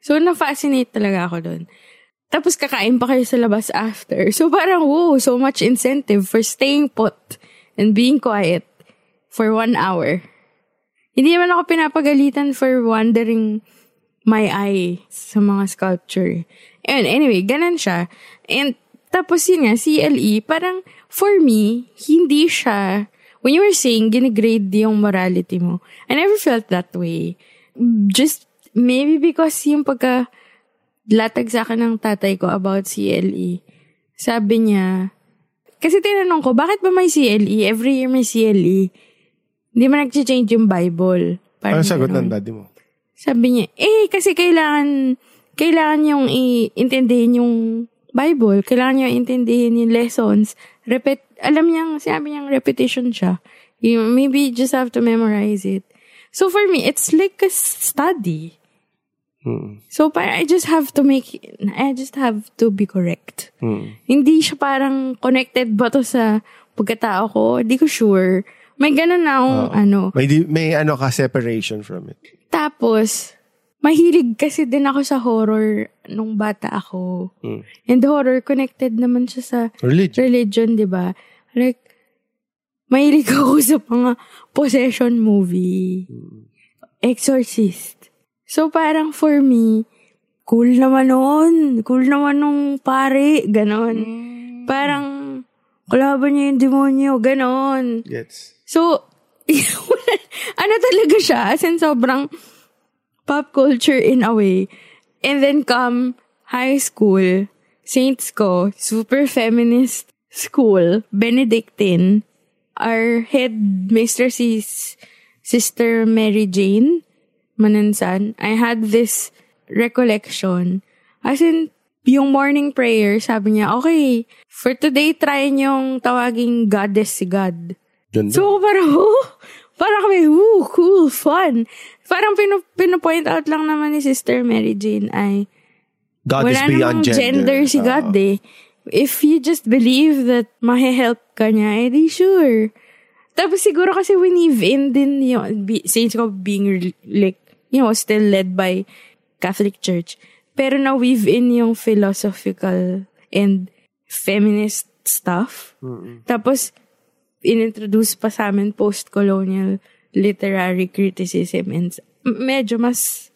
S3: So, na-fascinate talaga ako doon. Tapos kakain pa kayo sa labas after. So, parang, wow, so much incentive for staying put and being quiet for one hour. Hindi naman ako pinapagalitan for wandering my eye sa mga sculpture. And anyway, ganun siya. And tapos yun nga, CLE, parang for me, hindi siya, when you were saying ginigrade yung morality mo, I never felt that way. Just maybe because yung pagka latag sa akin ng tatay ko about CLE, sabi niya, kasi tinanong ko, bakit ba may CLE? Every year may CLE. Hindi mo nag-change yung Bible.
S2: Ano
S3: Parang
S2: sagot
S3: ganun.
S2: ng daddy mo?
S3: Sabi niya, eh, kasi kailangan, kailangan yung i-intindihin yung Bible, kailangan niya intindihin yung lessons. Repet, alam niyang, sinabi niyang repetition siya. You, maybe you just have to memorize it. So for me, it's like a study. So parang I just have to make I just have to be correct. Hindi siya parang connected ba to sa pagkatao ko? Hindi ko sure. May ganun na akong ano.
S2: May, di- may ano ka separation from it.
S3: Tapos, mahilig kasi din ako sa horror nung bata ako. And horror connected naman siya sa
S2: Religion.
S3: religion, di ba? Like, mahilig ako sa mga possession movie. Exorcist. So, parang for me, cool naman noon. Cool naman nung pare. Ganon. Parang, kalaban niya yung demonyo. Ganon.
S2: Gets.
S3: So, ano talaga siya? As in, sobrang pop culture in a way. And then come high school, saints ko, super feminist school, Benedictine, our head mistress is Sister Mary Jane Manansan. I had this recollection. As in, yung morning prayer, sabi niya, okay, for today, try niyong tawaging goddess si God.
S2: Ganda.
S3: So, parang, oh, parang kami, woo, cool, fun. Parang pinu, pinupoint out lang naman ni Sister Mary Jane ay,
S2: God is
S3: wala namang
S2: beyond
S3: gender,
S2: gender. Ah,
S3: si God eh. If you just believe that mahe-help ka niya, edi sure. Tapos siguro kasi we weave in din yung be, saints ko being re- like, you know, still led by Catholic Church. Pero na weave in yung philosophical and feminist stuff. Tapos, inintroduce pa sa amin post-colonial literary criticism and s- m- medyo mas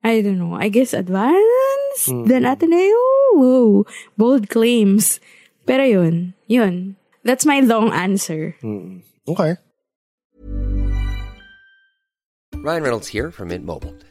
S3: I don't know, I guess advanced than Ateneo. Whoa, bold claims. Pero yun, yun. That's my long answer.
S2: Okay.
S4: Ryan Reynolds here from Mint Mobile.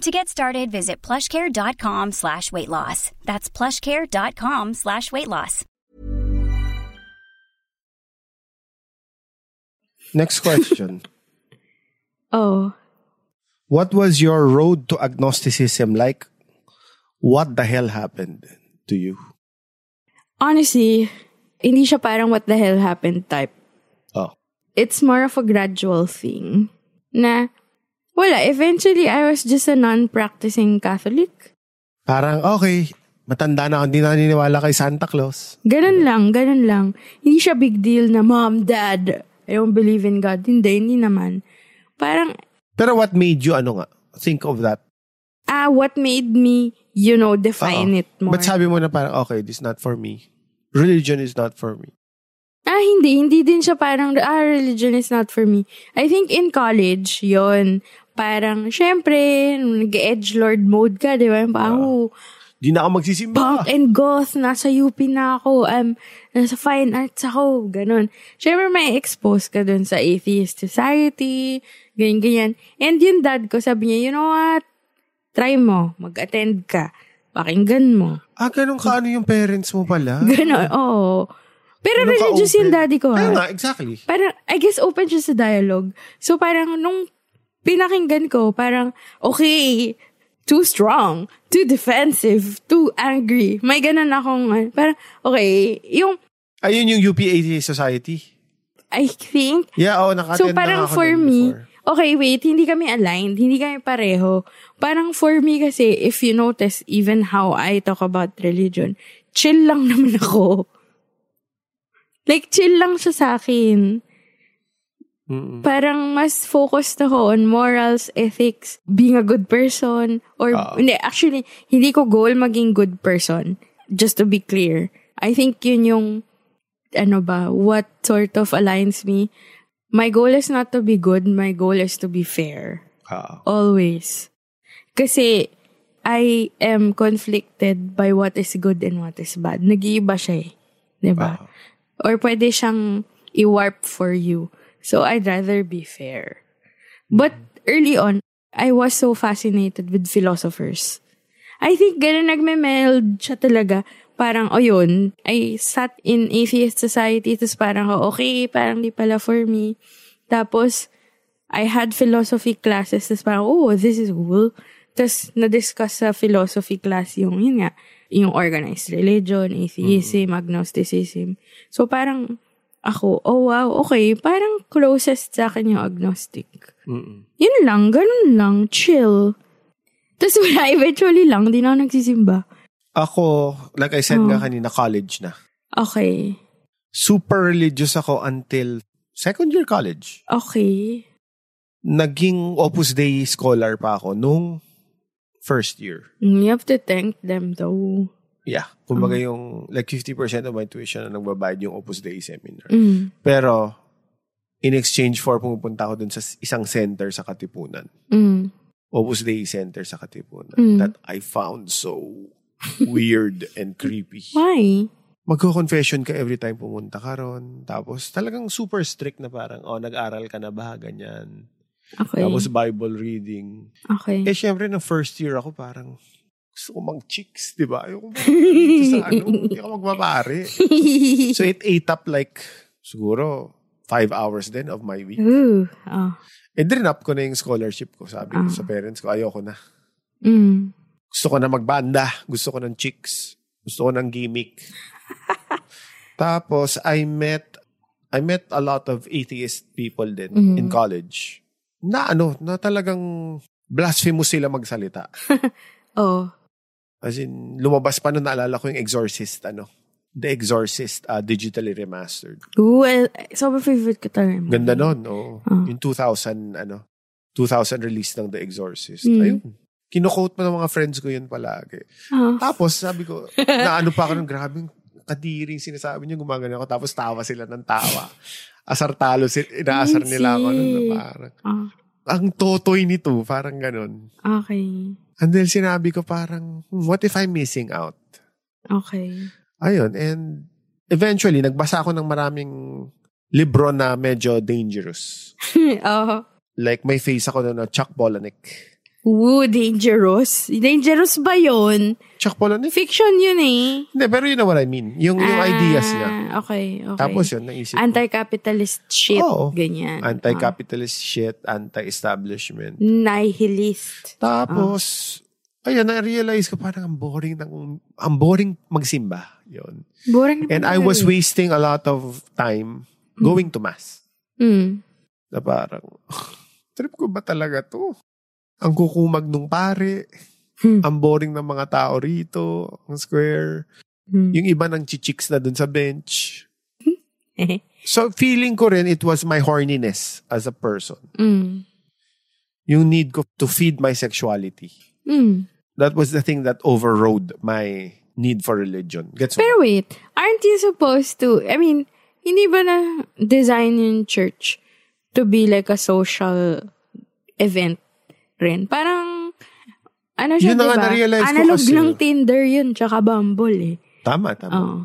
S5: To get started, visit plushcare.com slash weight loss. That's plushcare.com slash weight loss.
S2: Next question.
S3: Oh,
S2: What was your road to agnosticism like? What the hell happened to you?
S3: honestly, hindi siya parang what the hell happened type.
S2: Oh.
S3: It's more of a gradual thing na, wala, eventually I was just a non-practicing Catholic.
S2: Parang, okay, matanda na ako, hindi na naniniwala kay Santa Claus.
S3: Ganun lang, ganun lang. Hindi siya big deal na mom, dad, I don't believe in God. Hindi, hindi naman. Parang,
S2: Pero what made you, ano nga, think of that?
S3: ah, what made me, you know, define
S2: Oo.
S3: it more.
S2: But Ah, sabi mo na parang, okay, this is not for me. Religion is not for me.
S3: ah, hindi, hindi din siya parang, ah, religion is not for me. I think in college, yon parang, syempre, nag-edgelord mode ka, di ba? Yung Parang, oh,
S2: Di na ako magsisimba.
S3: punk and goth, nasa UP na ako, um, nasa fine arts ako, ganun. Siyempre, may expose ka dun sa atheist society, ganyan-ganyan. And yung dad ko, sabi niya, you know what, try mo, mag-attend ka, pakinggan mo.
S2: Ah, ganun ka, ano yung parents mo pala?
S3: Ganun, oo. Pero
S2: Ganun Ano? ka
S3: religious yung
S2: open.
S3: daddy ko, ah.
S2: Ayun nga,
S3: ha?
S2: exactly.
S3: Parang, I guess, open siya sa dialogue. So, parang, nung pinakinggan ko, parang, okay, too strong, too defensive, too angry. May ganun akong, uh, parang, okay, yung,
S2: Ayun yung UPATA Society.
S3: I think,
S2: Yeah, oo, naka-attend
S3: so parang
S2: na ako
S3: for
S2: dun
S3: me,
S2: before.
S3: okay, wait, hindi kami aligned, hindi kami pareho. Parang for me kasi, if you notice, even how I talk about religion, chill lang naman ako. Like, chill lang siya sa akin. Parang mas focused ako on morals, ethics, being a good person, or, hindi, actually, hindi ko goal maging good person. Just to be clear. I think yun yung ano ba, what sort of aligns me. My goal is not to be good. My goal is to be fair.
S2: Ah.
S3: Always. Kasi, I am conflicted by what is good and what is bad. Nag-iiba siya eh. 'Di ba? Or pwede siyang i-warp for you. So, I'd rather be fair. But early on, I was so fascinated with philosophers. I think ganun nagme-meld siya talaga. Parang, o yun, I sat in atheist society, tapos parang, oh, okay, parang di pala for me. Tapos, I had philosophy classes, tapos parang, oh, this is cool. Tapos, na-discuss sa philosophy class yung, yun nga, yung organized religion, atheism, agnosticism. So, parang, ako, oh wow, okay, parang closest sa akin yung agnostic. Yun lang, ganun lang, chill. Tapos wala, eventually lang, di na ako nagsisimba.
S2: Ako, like I said nga
S3: Oh.
S2: kanina, college na.
S3: Okay.
S2: Super religious ako until second year college.
S3: Okay.
S2: Naging Opus Dei scholar pa ako nung first year.
S3: You have to thank them though.
S2: Yeah. Kumbaga
S3: Mm.
S2: yung like 50% of my tuition na nagbabayad yung Opus Dei seminar.
S3: Mm.
S2: Pero in exchange for pumupunta ako dun sa s- isang center sa Katipunan.
S3: Mm.
S2: Opus Dei Center sa Katipunan
S3: Mm.
S2: that I found so weird and creepy.
S3: Why?
S2: Magko-confession ka every time pumunta ka ron. Tapos talagang super strict na parang, oh, nag-aral ka na ba? Ganyan.
S3: Okay.
S2: Tapos Bible reading.
S3: okay.
S2: Eh, syempre, na first year ako parang, gusto ko mang chicks, di ba? Ayoko mag- dito sa ano, hindi ako magmamari. So, it ate up like, siguro, five hours then of my week.
S3: Ooh. Oh.
S2: Eh, drain up ko na yung scholarship ko. Sabi ko sa parents ko, ayoko na.
S3: Mm.
S2: Gusto ko na magbanda. Gusto ko ng chicks. Gusto ko ng gimmick. Tapos, I met, I met a lot of atheist people din in college. Na ano, na talagang blasphemous sila magsalita.
S3: Oh.
S2: As in, lumabas pa nun, naalala ko yung Exorcist, ano. The Exorcist, uh, digitally remastered.
S3: Ooh, well, eh, sobrang favorite ko talaga. yun.
S2: Ganda nun, oo. Yung 2000, ano, 2000 release ng The Exorcist. Ayun. Kino-quote pa ng mga friends ko yun palagi.
S3: Ah.
S2: Tapos, sabi ko, naano pa ako ng grabing kadiring sinasabi niyo, gumagano ako. Tapos, tawa sila ng tawa. Asar talo, sila, inaasar nila ako. Nun, na
S3: Easy.
S2: parang,
S3: Ah.
S2: ang totoy nito, parang ganun.
S3: Okay.
S2: Until sinabi ko parang, "Hmm, what if I'm missing out?
S3: Okay.
S2: Ayun, and eventually, nagbasa ako ng maraming libro na medyo dangerous.
S3: oh.
S2: Like, may face ako na, na Chuck Palahniuk.
S3: Ooh, dangerous. Dangerous ba yun?
S2: Chuck Palahniuk?
S3: Fiction yun eh.
S2: Hindi, pero you know what I mean. Yung, yung
S3: Ah,
S2: ideas niya.
S3: Okay, okay.
S2: Tapos yun, naisip ko.
S3: Anti-capitalist shit.
S2: Oo.
S3: Ganyan. Ah.
S2: Anti-capitalist shit, anti-establishment.
S3: Nihilist.
S2: Tapos, ayun, na-realize ko parang ang boring ng, ang boring magsimba. Yun.
S3: Boring
S2: And I was wasting a lot of time going to mass.
S3: Mm.
S2: Na parang, trip ko ba talaga to? Ang kukumag nung pare.
S3: Hmm.
S2: Ang boring ng mga tao rito. Ang square.
S3: Hmm.
S2: Yung iba ng chichiks na dun sa bench.
S3: Eh.
S2: So, feeling ko rin, it was my horniness as a person.
S3: Mm.
S2: Yung need ko to feed my sexuality.
S3: Mm.
S2: That was the thing that overrode my need for religion. Gets
S3: Pero
S2: mo?
S3: wait, aren't you supposed to, I mean, hindi ba na design yung church to be like a social event rin? Parang, ano siya,
S2: Yun na
S3: diba?
S2: nga, na-realize ko
S3: Analog
S2: kasi.
S3: ng Tinder yun, tsaka Bumble eh. Oh.
S2: Tama, tama.
S3: Oo.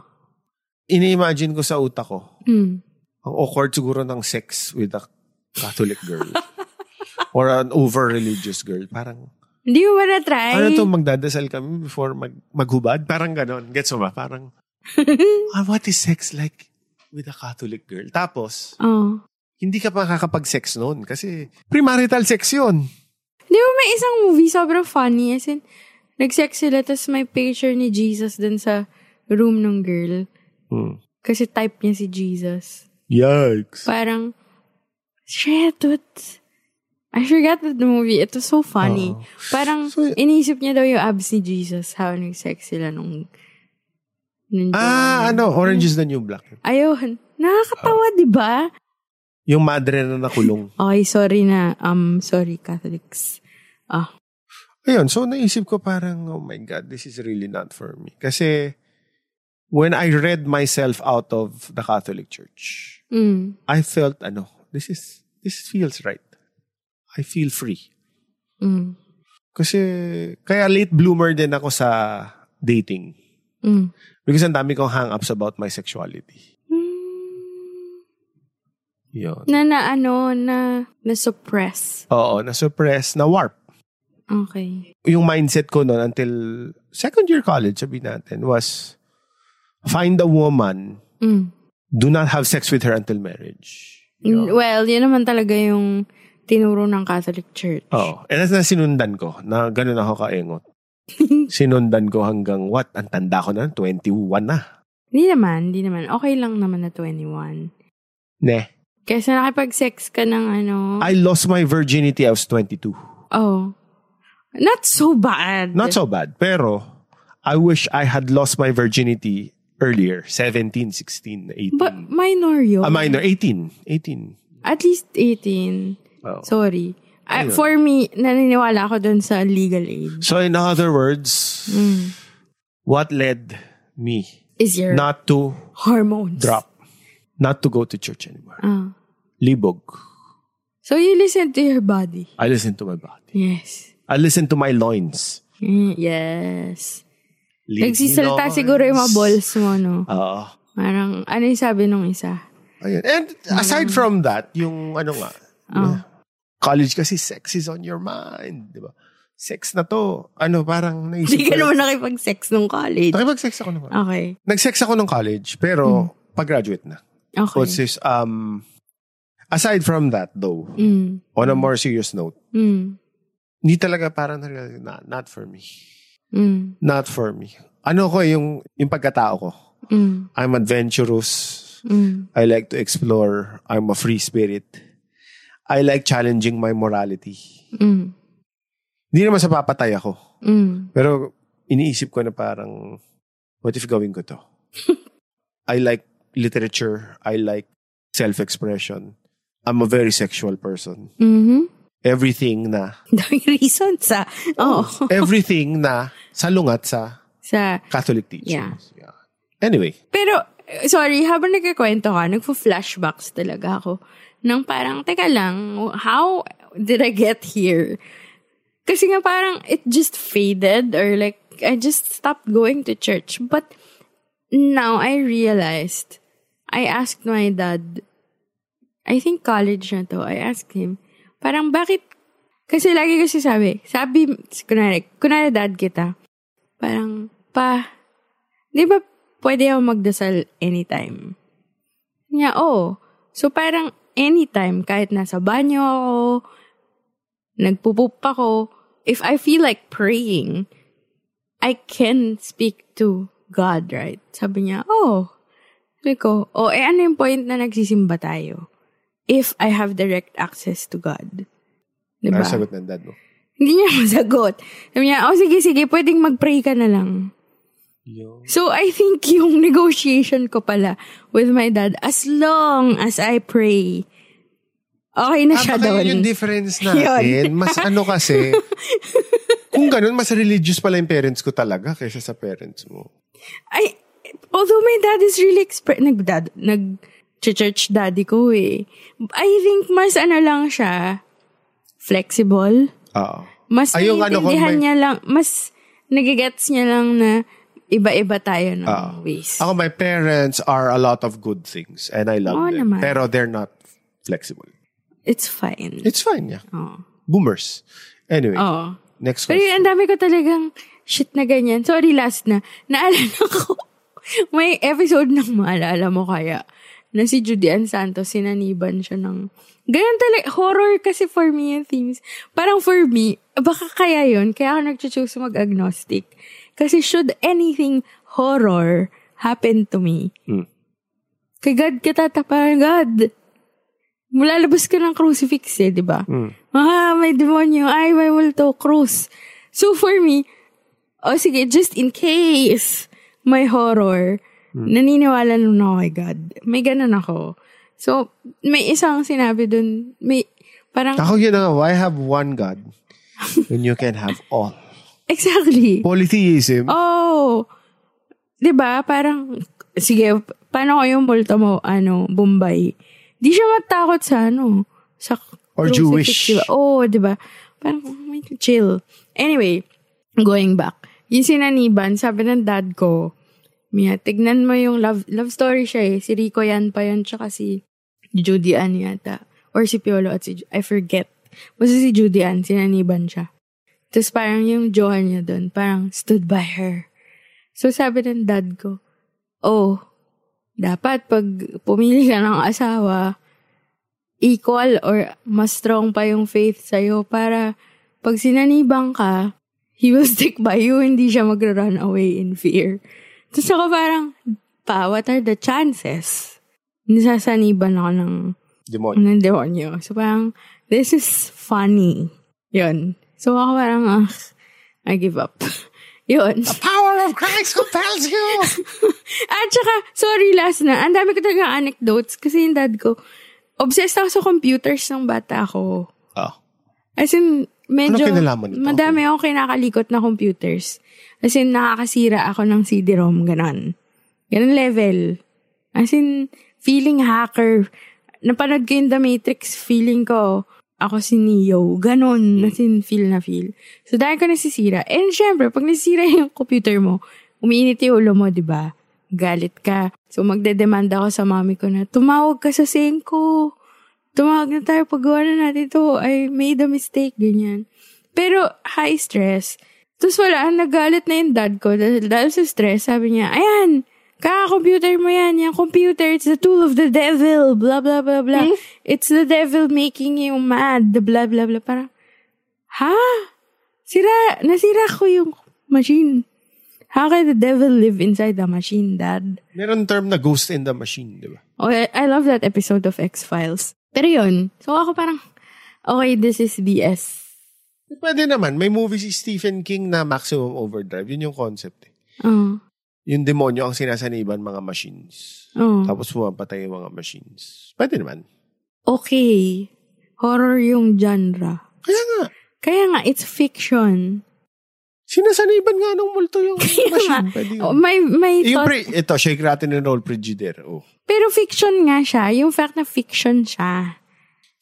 S2: Ini-imagine ko sa utak ko,
S3: Hmm.
S2: ang awkward siguro ng sex with a Catholic girl. or an over-religious girl. Parang,
S3: Hindi mo ba na-try?
S2: ano to, magdadasal kami before mag maghubad? Parang ganon. Gets mo ba? Parang, ah, what is sex like with a Catholic girl? Tapos,
S3: Oo.
S2: hindi ka makakapag-sex noon kasi premarital sex yun.
S3: Di ba may isang movie, sobrang funny. As in, nag-sex sila, tapos may picture ni Jesus dun sa room ng girl.
S2: Hmm.
S3: Kasi type niya si Jesus.
S2: Yikes.
S3: Parang, shit, what? I forgot that the movie. It was so funny. Parang,
S2: Oh. So,
S3: inisip niya daw yung abs ni Jesus, how nag-sex sila nung... nung
S2: Ah, ano, Orange is the New Black.
S3: Ayun. Nakakatawa, di ba?
S2: Yung madre na nakulong.
S3: Okay, sorry na. Um, sorry, Catholics.
S2: Ayun, so naisip ko parang, oh my God, this is really not for me. Kasi when I read myself out of the Catholic Church,
S3: Mm,
S2: I felt, ano, this is, this feels right. I feel free.
S3: mm,
S2: Kasi, kaya late bloomer din ako sa dating.
S3: mm.
S2: Because ang dami kong hang-ups about my sexuality. Yun.
S3: Na na ano, na na-suppress.
S2: Oo, na-suppress, na-warp.
S3: Okay.
S2: Yung mindset ko noon until second year college, sabi natin, was find a woman,
S3: Mm.
S2: do not have sex with her until marriage.
S3: N- Well, yun naman talaga yung tinuro ng Catholic Church.
S2: Oo. Oh, And that's na sinundan ko, na ganun ako kaengot. sinundan ko hanggang what? Ang tanda ko na, 21 na.
S3: Hindi naman, hindi naman. Okay lang naman na 21.
S2: Ne.
S3: Kesa nakipag-sex ka ng ano.
S2: I lost my virginity, I was 22.
S3: oh. Not so bad.
S2: Not so bad, pero I wish I had lost my virginity earlier, 17, 16, 18.
S3: But minor yun.
S2: A Ah, minor, 18. 18.
S3: At least 18.
S2: Oo.
S3: Sorry. Ah, for me, naniniwala ako dun sa legal age.
S2: So in other words, what led me
S3: Is your
S2: not to
S3: hormones.
S2: drop, not to go to church anymore?
S3: Ah.
S2: Libog.
S3: So you listen to your body.
S2: I listen to my body.
S3: Yes.
S2: I listen to my loins.
S3: Mm, Yes.
S2: Lead me,
S3: Nagsisalita
S2: Lord.
S3: siguro yung mga balls mo, no?
S2: Oo.
S3: Parang, ano yung sabi nung isa?
S2: Ayun. And aside from that, yung ano nga,
S3: Oh.
S2: college kasi sex is on your mind. Di ba? Sex na to. Ano, parang naisip
S3: Hindi ka
S2: ko-
S3: naman nakipag-sex nung college.
S2: Nakipag-sex ako naman.
S3: Okay.
S2: Nag-sex ako nung college,
S3: Hmm.
S2: pero pag-graduate na.
S3: Okay.
S2: Which is, um, aside from that though,
S3: Mm.
S2: on a more serious note,
S3: Mm.
S2: hindi talaga parang na-realize, not, not for me.
S3: Mm.
S2: Not for me. Ano ko yung, yung pagkatao ko?
S3: Mm.
S2: I'm adventurous.
S3: Mm.
S2: I like to explore. I'm a free spirit. I like challenging my morality.
S3: Mm.
S2: Hindi naman sa papatay ako.
S3: Mm.
S2: Pero iniisip ko na parang, what if gawin ko to? I like literature. I like self-expression. I'm a very sexual person.
S3: Mm-hmm.
S2: Everything na,
S3: Daming reasons, ah. Oo.
S2: everything na salungat sa
S3: Sa,
S2: Catholic teachings.
S3: Yeah.
S2: Yeah. Anyway,
S3: Pero, eh, sorry, habang nagkikwento ka, nagpo-flashbacks talaga ako. Nang parang, teka lang, how did I get here? Kasi nga parang, it just faded or like, I just stopped going to church. But, now I realized, I asked my dad, I think college na to, I asked him, parang bakit, kasi lagi kasi sabi, sabi, kunwari, kunwari dad kita, parang, pa, di ba pwede ako magdasal anytime? Niya, oo. So parang anytime, kahit nasa banyo ako, nagpupup ako, if I feel like praying, I can speak to God, right? Sabi niya, oh. Sabi ko, oh, eh ano yung point na nagsisimba tayo? If I have direct access to God. Diba?
S2: nasagot ng dad mo.
S3: Hindi niya masagot. Sabi niya, oh sige, sige, pwedeng mag-pray ka na lang. So I think yung negotiation ko pala with my dad, as long as I pray, okay na
S2: Ah,
S3: siya
S2: baka
S3: doon.
S2: yun yung difference natin. Mas ano kasi, kung ganun, mas religious pala yung parents ko talaga kaysa sa parents mo.
S3: I, although my dad is really expert, nag, dad, nag, church daddy ko eh. I think mas ano lang siya, flexible.
S2: Oo.
S3: Mas
S2: Ay, Ah. yung ano, kung
S3: naiintindihan
S2: may-
S3: niya lang, mas nagigets niya lang na iba-iba tayo ng
S2: Ah.
S3: ways.
S2: Ako, my parents are a lot of good things and I love
S3: Oo
S2: them.
S3: naman.
S2: Pero they're not flexible.
S3: It's fine.
S2: It's fine, yeah.
S3: Oo.
S2: Boomers. Anyway,
S3: Oo.
S2: next
S3: Pero yun,
S2: question.
S3: ang dami ko talagang shit na ganyan. Sorry, last na. Naalala ko, may episode ng maalala mo kaya na si Judy Ann Santos, sinaniban siya ng... Ganun talaga, horror kasi for me yung themes. Parang for me, baka kaya yun, kaya ako nag-choose mag-agnostic. Kasi should anything horror happen to me,
S2: Hmm.
S3: kay God ka tataparan, God. Mulalabas ka ng crucifix eh, di ba?
S2: Hmm.
S3: Ah, may demonyo. Ay, may multo. Cross. So for me, oh sige, just in case may horror, naniniwala nun ako kay God. May ganun ako. So, may isang sinabi dun, may, parang,
S2: Ako yun na, why have one God when you can have all?
S3: exactly.
S2: Polytheism.
S3: Oh! 'di ba? Parang sige, paano ko yung multo mo ano, Bombay? Di siya matakot sa ano, sa
S2: Or
S3: crucifix,
S2: Jewish.
S3: Diba? Oo, 'di ba? Parang may chill. Anyway, going back. Yung sinaniban, sabi ng dad ko, Mia, tignan mo yung love love story siya eh. Si Rico yan pa yun, tsaka si Judy Ann yata. Or si Piolo at si, Ju- I forget. Basta si Judy Ann, sinaniban siya. Tapos parang yung jowa niya doon, parang stood by her. So sabi ng dad ko, oh, dapat pag pumili ka ng asawa, equal or mas strong pa yung faith sa'yo para pag sinanibang ka, he will stick by you, hindi siya mag-run away in fear. Tapos ako parang, pa, what are the chances? Nisasaniban ako ng,
S2: Demonyo.
S3: ng demonyo. So parang, this is funny. Yun. So ako parang, ah, I give up. Yun.
S2: Power of Christ compels you!
S3: At saka, sorry last na, ang dami ko talaga anecdotes kasi yung dad ko, obsessed ako sa computers ng bata ko.
S2: Oh.
S3: As in, medyo,
S2: Ano kinalaman nito?
S3: madami akong kinakalikot na computers. As in, nakakasira ako ng CD-ROM, ganon. Ganon level. As in, feeling hacker. Napanood ko yung The Matrix, feeling ko, ako si Neo.
S2: Hmm.
S3: Ganon, as in, feel na feel. So, dahil ko nasisira. And syempre, pag nasisira yung computer mo, umiinit yung ulo mo, di ba? Galit ka. So, magdedemand ako sa mami ko na, tumawag ka sa Senko tumawag na tayo, paggawa na natin to. I made a mistake, ganyan. Pero, high stress. Tapos wala, nagalit na yung dad ko dahil, dahil sa stress. Sabi niya, ayan, kaka-computer mo yan, yung computer, it's the tool of the devil, blah, blah, blah, blah. It's the devil making you mad, blah, blah, blah. Parang, ha? Sira, nasira ko yung machine. How can the devil live inside the machine, dad?
S2: Meron term na ghost in the machine, di ba?
S3: Oh, I I love that episode of X-Files. Pero yun, so ako parang, okay, this is BS.
S2: Pwede naman. May movie si Stephen King na Maximum Overdrive. Yun yung concept. Eh.
S3: Oo.
S2: Yung demonyo ang sinasaniban mga machines.
S3: Oo.
S2: Tapos pumapatay yung mga machines. Pwede naman.
S3: okay, horror yung genre.
S2: Kaya nga,
S3: Kaya nga, it's fiction.
S2: sinasaniban nga ng multo yung
S3: Nga,
S2: machine. Pwede yun.
S3: oh, may, may
S2: yung
S3: thought-
S2: pre, ito, shake, rattle, and roll, prejudice. Oh.
S3: pero fiction nga siya. Yung fact na fiction siya.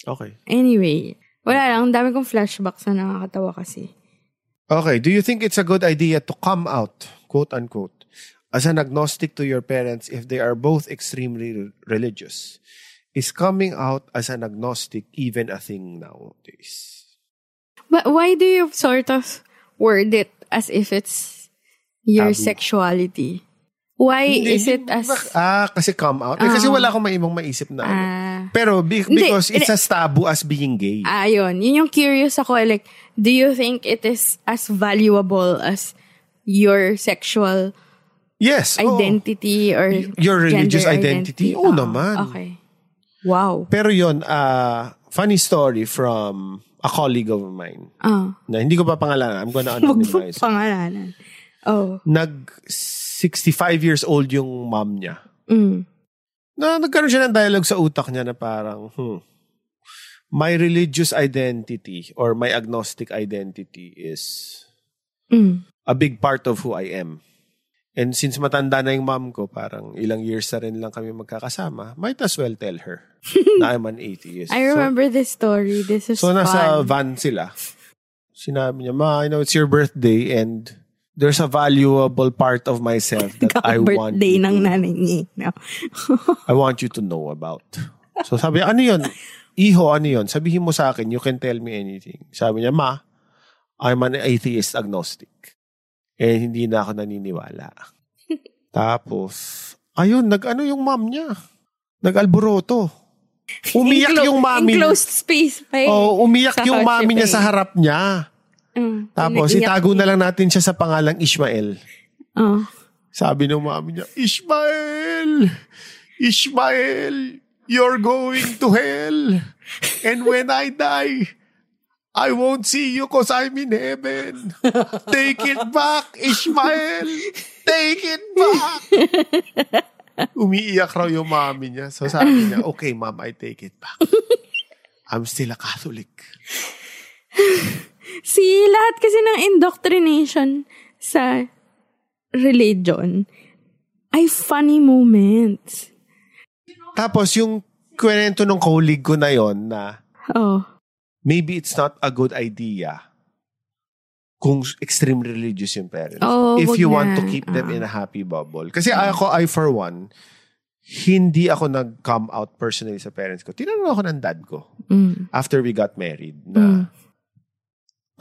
S2: Okay.
S3: Anyway, wala lang. Ang dami kong flashbacks na nakakatawa kasi.
S2: Okay, do you think it's a good idea to come out, quote unquote, as an agnostic to your parents if they are both extremely re- religious? Is coming out as an agnostic even a thing nowadays?
S3: But why do you sort of word it as if it's your
S2: Taboo.
S3: sexuality? Why
S2: Hindi,
S3: is it
S2: hindi
S3: as...
S2: ba- Ah, kasi come out. Eh, kasi wala akong maimong maisip na ano.
S3: Ah.
S2: Pero be-
S3: Hindi,
S2: because it's
S3: hindi. Ah,
S2: as taboo as being gay.
S3: Ayun, yun yung curious ako. eh, Like, do you think it is as valuable as your sexual
S2: yes. oo.
S3: identity or
S2: Oh. Y- your religious
S3: gender Ah,
S2: identity? Oo naman.
S3: Okay. Wow.
S2: Pero yon ah, funny story from a colleague of mine.
S3: Ah,
S2: Na hindi ko pa pangalanan. I'm gonna
S3: wag mo
S2: anonymize.
S3: pangalanan. Oh.
S2: nag 65 years old yung mom niya.
S3: Mm.
S2: Na nagkaroon siya ng dialogue sa utak niya na parang, hmm, my religious identity or my agnostic identity is
S3: Mm.
S2: a big part of who I am. And since matanda na yung mom ko, parang ilang years na rin lang kami magkakasama, might as well tell her na I'm an atheist.
S3: I remember this story. This is
S2: So, so nasa
S3: fun.
S2: van sila. Sinabi niya, ma, you know, it's your birthday and there's a valuable part of myself that I want
S3: birthday
S2: you
S3: ng
S2: to
S3: nanay niya. No?
S2: I want you to know about. So sabi, niya, ano yun? Iho, ano yun? Sabihin mo sa akin, you can tell me anything. Sabi niya, ma, I'm an atheist agnostic. Eh, hindi na ako naniniwala. Tapos, ayun, nag-ano yung mom niya? Nag-alboroto. Umiyak
S3: Enclo-
S2: yung mami.
S3: Enclosed space pa eh.
S2: Oh, umiyak
S3: Sa
S2: yung
S3: hardship
S2: mami niya
S3: eh.
S2: sa harap niya.
S3: Mm,
S2: Tapos,
S3: pinaiyak
S2: itago
S3: niya.
S2: na lang natin siya sa pangalang Ishmael.
S3: Oh.
S2: Sabi ng mami niya, Ishmael! Ishmael! You're going to hell! And when I die, I won't see you cause I'm in heaven. Take it back, Ishmael! Take it back! Umiiyak raw yung mami niya. So sabi niya, okay mom, I take it back. I'm still a Catholic.
S3: si lahat kasi ng indoctrination sa religion ay funny moments.
S2: Tapos yung kwento ng colleague ko na yon na
S3: Oh.
S2: maybe it's not a good idea kung extreme religious yung parents.
S3: Oo,
S2: if
S3: Oh, wag
S2: you
S3: na. Ah.
S2: want to keep them
S3: Oo.
S2: in a happy bubble. Kasi ako, I for one, hindi ako nag-come out personally sa parents ko. Tinanong ako ng dad ko
S3: Mm.
S2: after we got married na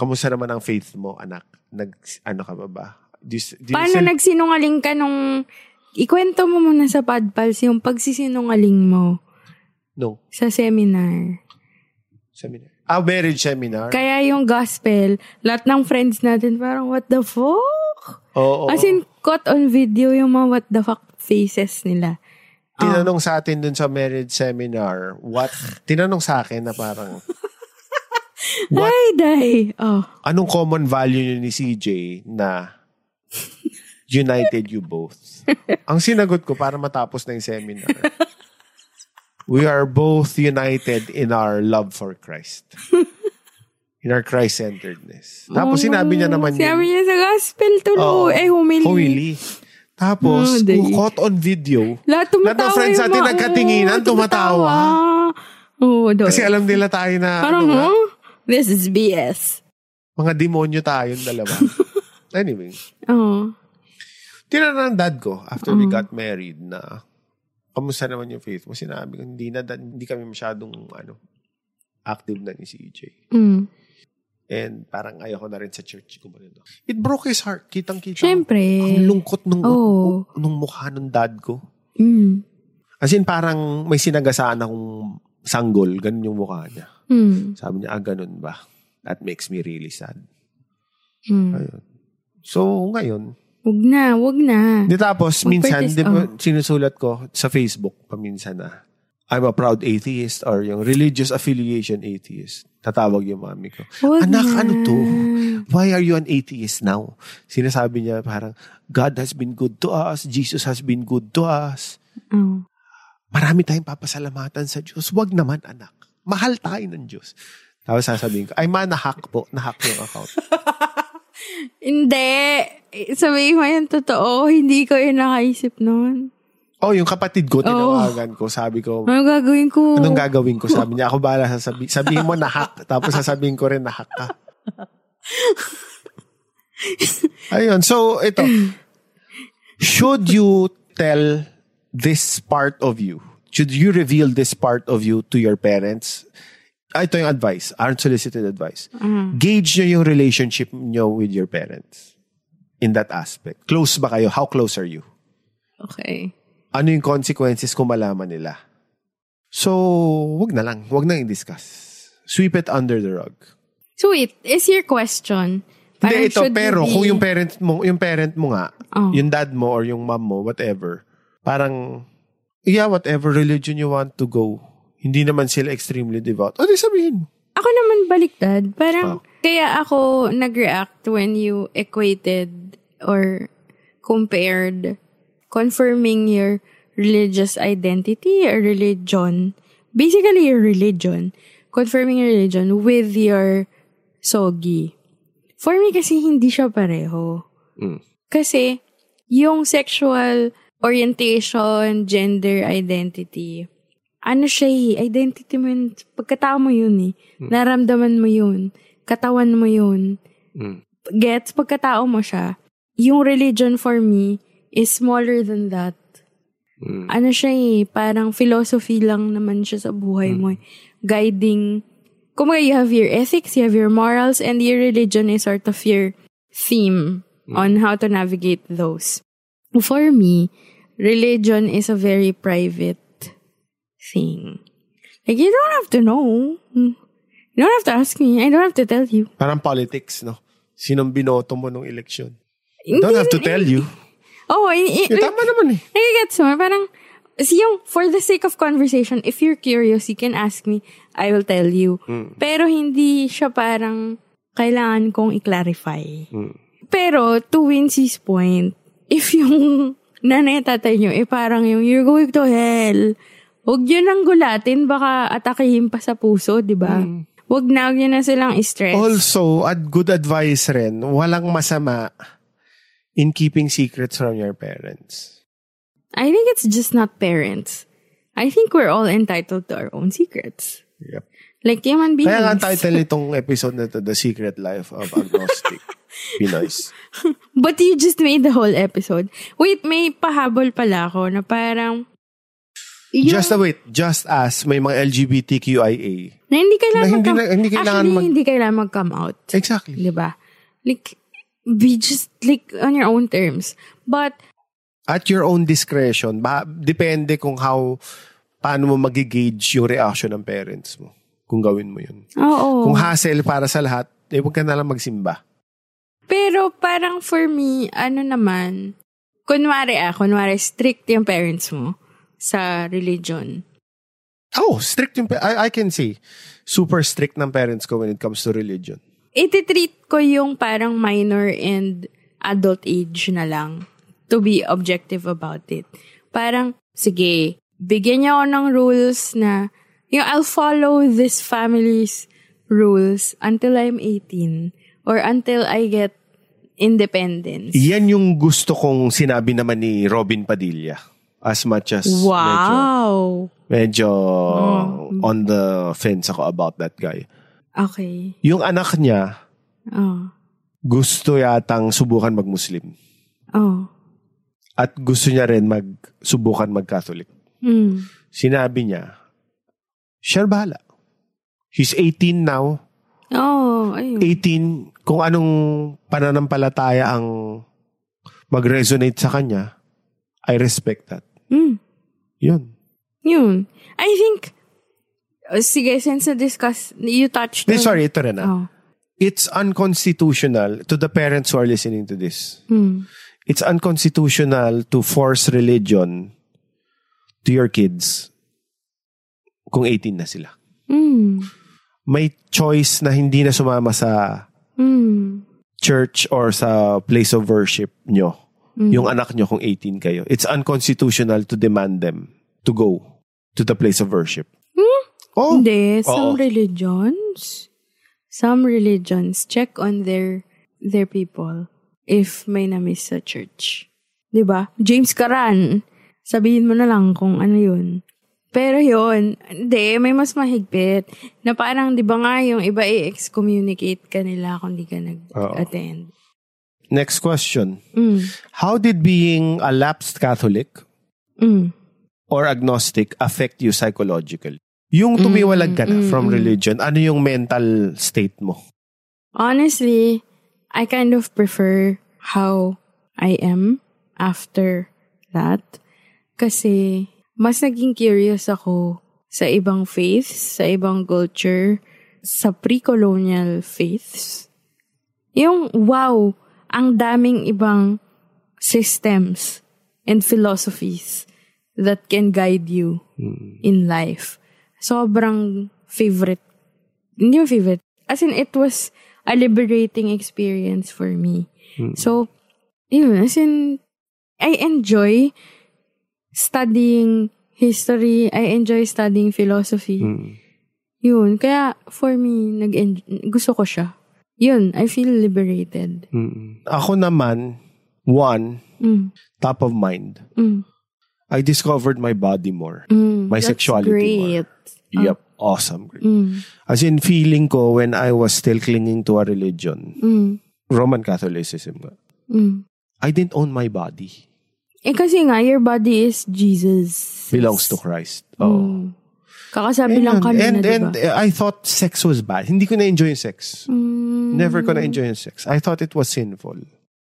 S2: kamusta naman ang faith mo, anak? Nag, ano ka ba ba? Do you, s- do you
S3: Paano
S2: still-
S3: nagsinungaling ka nung... Ikwento mo muna sa Padpals yung pagsisinungaling mo
S2: No.
S3: sa seminar.
S2: Seminar. Ah, marriage seminar?
S3: Kaya yung gospel, lahat ng friends natin parang what the fuck?
S2: Oo.
S3: As in, caught on video yung mga what the fuck faces nila.
S2: tinanong sa atin dun sa marriage seminar, what, tinanong sa akin na parang, What?
S3: Ay, day. Oh.
S2: anong common value niyo ni CJ na united you both? Ang sinagot ko para matapos na yung seminar, we are both united in our love for Christ. In our Christ-centeredness. Tapos sinabi niya naman
S3: Sinabi
S2: yun.
S3: niya sa gospel tulo.
S2: Oo.
S3: Oh, eh, humili.
S2: Humili. Tapos,
S3: Oh, day.
S2: kung caught on video,
S3: Lahat tumatawa
S2: ng friends
S3: yung
S2: natin
S3: mga-
S2: nagkatinginan,
S3: Oo,
S2: tumatawa.
S3: Oo, daw.
S2: Kasi alam nila tayo na
S3: Parang,
S2: ano nga,
S3: huh? This is BS.
S2: mga demonyo tayong dalawa. anyway,
S3: Oo.
S2: tinanong ng dad ko after we got married na kamusta naman yung faith mo? Sinabi ko, hindi na dad, hindi kami masyadong ano, active na ni CJ.
S3: Mm.
S2: And parang ayoko na rin sa church. Kumbaga. It broke his heart. Kitang-kita. ko.
S3: Siyempre.
S2: Ang lungkot nung,
S3: Oo.
S2: nung mukha ng dad ko.
S3: Mm.
S2: As in, parang may sinagasaan akong sanggol. Ganun yung mukha niya.
S3: Mm.
S2: Sabi niya, ah, ganun ba? That makes me really sad.
S3: Mm.
S2: Ayun. So, ngayon,
S3: Wag na, wag na.
S2: Di tapos,
S3: Huwag
S2: minsan,
S3: partis-
S2: di ba,
S3: oh.
S2: sinusulat ko sa Facebook paminsan na, I'm a proud atheist or yung religious affiliation atheist. Tatawag yung mami ko.
S3: Huwag
S2: Anak,
S3: na."
S2: ano to? Why are you an atheist now? Sinasabi niya parang, God has been good to us. Jesus has been good to us.
S3: Oh.
S2: Marami tayong papasalamatan sa Diyos. Wag naman, anak. Mahal tayo ng Diyos. Tapos sasabihin ko, ay ma, nahack po. Nahack yung account.
S3: Hindi. Eh, Sabihin mo yung totoo. Hindi ko yun nakaisip noon.
S2: oh, yung kapatid ko, tinawagan ko. Sabi ko,
S3: Ano gagawin ko?
S2: Anong gagawin ko? Sabi niya, ako bahala sasabi, sabihin mo na hack, tapos sasabihin ko rin na hack ka. Ayun, so ito. Should you tell this part of you? Should you reveal this part of you to your parents? Ah, Ito yung advice, unsolicited advice. Gauge nyo yung relationship nyo with your parents in that aspect. Close ba kayo? How close are you?
S3: Okay.
S2: ano yung consequences kung malaman nila. So, wag na lang. Wag na i-discuss. Sweep it under the rug.
S3: So wait, is your question?
S2: Hindi, ito,
S3: should you
S2: pero
S3: be-
S2: kung yung parent mo, yung parent mo nga,
S3: Oh.
S2: yung dad mo or yung mom mo, whatever, parang, yeah, whatever religion you want to go, hindi naman sila extremely devout. O, di sabihin mo.
S3: Ako naman baliktad.
S2: Oh.
S3: Parang, kaya ako nag-react when you equated or compared confirming your religious identity or religion. Basically, your religion. Confirming your religion with your sogi. For me kasi, hindi siya pareho. Kasi, yung sexual orientation, gender identity, ano siya eh, identity mo yun, pagkatao mo yun eh, naramdaman mo yun, katawan mo yun, gets, pagkatao mo siya, yung religion for me is smaller than that. Ano siya eh, parang philosophy lang naman siya sa buhay mo eh. Guiding, kumbaga you have your ethics, you have your morals, and your religion is sort of your theme on how to navigate those. For me, religion is a very private thing. Like, you don't have to know. You don't have to ask me. I don't have to tell you.
S2: Parang politics, no? Sinong binoto mo nung eleksyon?
S3: Hindi
S2: Don't have to
S3: na-
S2: tell you.
S3: Oh, i- i-
S2: Yung tama naman eh.
S3: Nagigets mo? Parang, si yung, for the sake of conversation, if you're curious, you can ask me. I will tell you.
S2: Hmm.
S3: Pero hindi siya parang, kailangan kong i-clarify.
S2: Hmm.
S3: Pero, to Wincy's point, if yung nanay at tatay nyo, eh parang yung, you're going to hell. Huwag yun ang gulatin, baka atakihin pa sa puso, di ba?
S2: Hmm.
S3: Huwag na, huwag nyo na silang stress.
S2: Also, at good advice rin, walang masama in keeping secrets from your parents.
S3: I think it's just not parents. I think we're all entitled to our own secrets.
S2: Yep.
S3: Like human beings.
S2: Kaya nga ang title itong episode na to, The Secret Life of Agnostic Pinoys.
S3: But you just made the whole episode. Wait, may pahabol pala ako na parang... Yung-
S2: Just a wait, just as may mga LGBTQIA.
S3: Na hindi kailangan,
S2: Na hindi
S3: mag-
S2: na- hindi kailangan
S3: Actually,
S2: mag- Eh.
S3: hindi kailangan mag-come out.
S2: Exactly.
S3: Di ba? Like, be just like on your own terms. But,
S2: At your own discretion, ba, depende kung how, paano mo magigage yung reaction ng parents mo kung gawin mo yun.
S3: oo.
S2: Kung hassle para sa lahat, eh huwag ka na lang magsimba.
S3: Pero parang for me, ano naman, kunwari ah, kunwari strict yung parents mo sa religion.
S2: Oh, strict yung, pa- I, I can see, super strict ng parents ko when it comes to religion.
S3: Ititreat ko yung parang minor and adult age na lang to be objective about it. Parang, sige, bigyan niya ako ng rules na, you know, I'll follow this family's rules until I'm 18 or until I get independence.
S2: Yan yung gusto kong sinabi naman ni Robin Padilla. As much as
S3: Wow!
S2: medyo, medyo on the fence ako about that guy.
S3: Okay.
S2: Yung anak niya,
S3: Oh.
S2: gusto yatang subukan mag-Muslim.
S3: Oh.
S2: At gusto niya rin mag, subukan mag-Catholic.
S3: Hmm.
S2: Sinabi niya, siya bahala. He's 18 now.
S3: Oo, oh, ayun.
S2: 18, kung anong pananampalataya ang mag-resonate sa kanya, I respect that.
S3: Mm.
S2: Yun.
S3: Yun. I think, oh, sige, since na-discuss, you touched
S2: Eh,
S3: on-
S2: sorry, ito rin ah.
S3: Oh.
S2: It's unconstitutional to the parents who are listening to this.
S3: Hmm.
S2: It's unconstitutional to force religion to your kids kung 18 na sila.
S3: Mm.
S2: May choice na hindi na sumama sa
S3: Mm.
S2: church or sa place of worship nyo.
S3: Mm.
S2: Yung anak nyo kung 18 kayo. It's unconstitutional to demand them to go to the place of worship. Oh,
S3: Hmm? Hindi, some
S2: Oo.
S3: religions, some religions check on their their people if may na-miss sa church. 'Di ba? James Karan, sabihin mo na lang kung ano 'yun. Pero 'yun, hindi, may mas mahigpit na parang 'di ba nga yung iba i-excommunicate ka nila kung di ka nag-attend.
S2: Next question.
S3: Mm.
S2: How did being a lapsed Catholic
S3: Mm.
S2: or agnostic affect you psychologically?
S3: Mm,
S2: Yung tumiwalag ka na from religion, ano yung mental state mo?
S3: Honestly, I kind of prefer how I am after that. Kasi mas naging curious ako sa ibang faiths, sa ibang culture, sa pre-colonial faiths. Yung wow, ang daming ibang systems and philosophies that can guide you in life. Sobrang favorite hindi yung favorite. As in, it was a liberating experience for me.
S2: Mm.
S3: So, yun, as in, I enjoy studying history. I enjoy studying philosophy.
S2: Mm.
S3: Yun, kaya for me, nag gusto ko siya. Yun, I feel liberated.
S2: Mm. Ako naman, one,
S3: Mm.
S2: top of mind.
S3: Mm.
S2: I discovered my body more.
S3: Mm.
S2: my
S3: That's
S2: sexuality
S3: great.
S2: more. Yep. Awesome. Great.
S3: Mm.
S2: As in, feeling ko when I was still clinging to a religion,
S3: Mm.
S2: Roman Catholicism nga,
S3: Mm.
S2: I didn't own my body.
S3: Eh kasi nga, your body is Jesus.
S2: Belongs to Christ. Oh.
S3: Mm. Kakasabi lang kami
S2: and,
S3: na, diba?
S2: and uh, I thought sex was bad. Hindi ko na-enjoy yung sex.
S3: Mm.
S2: Never ko na-enjoy yung sex. I thought it was sinful.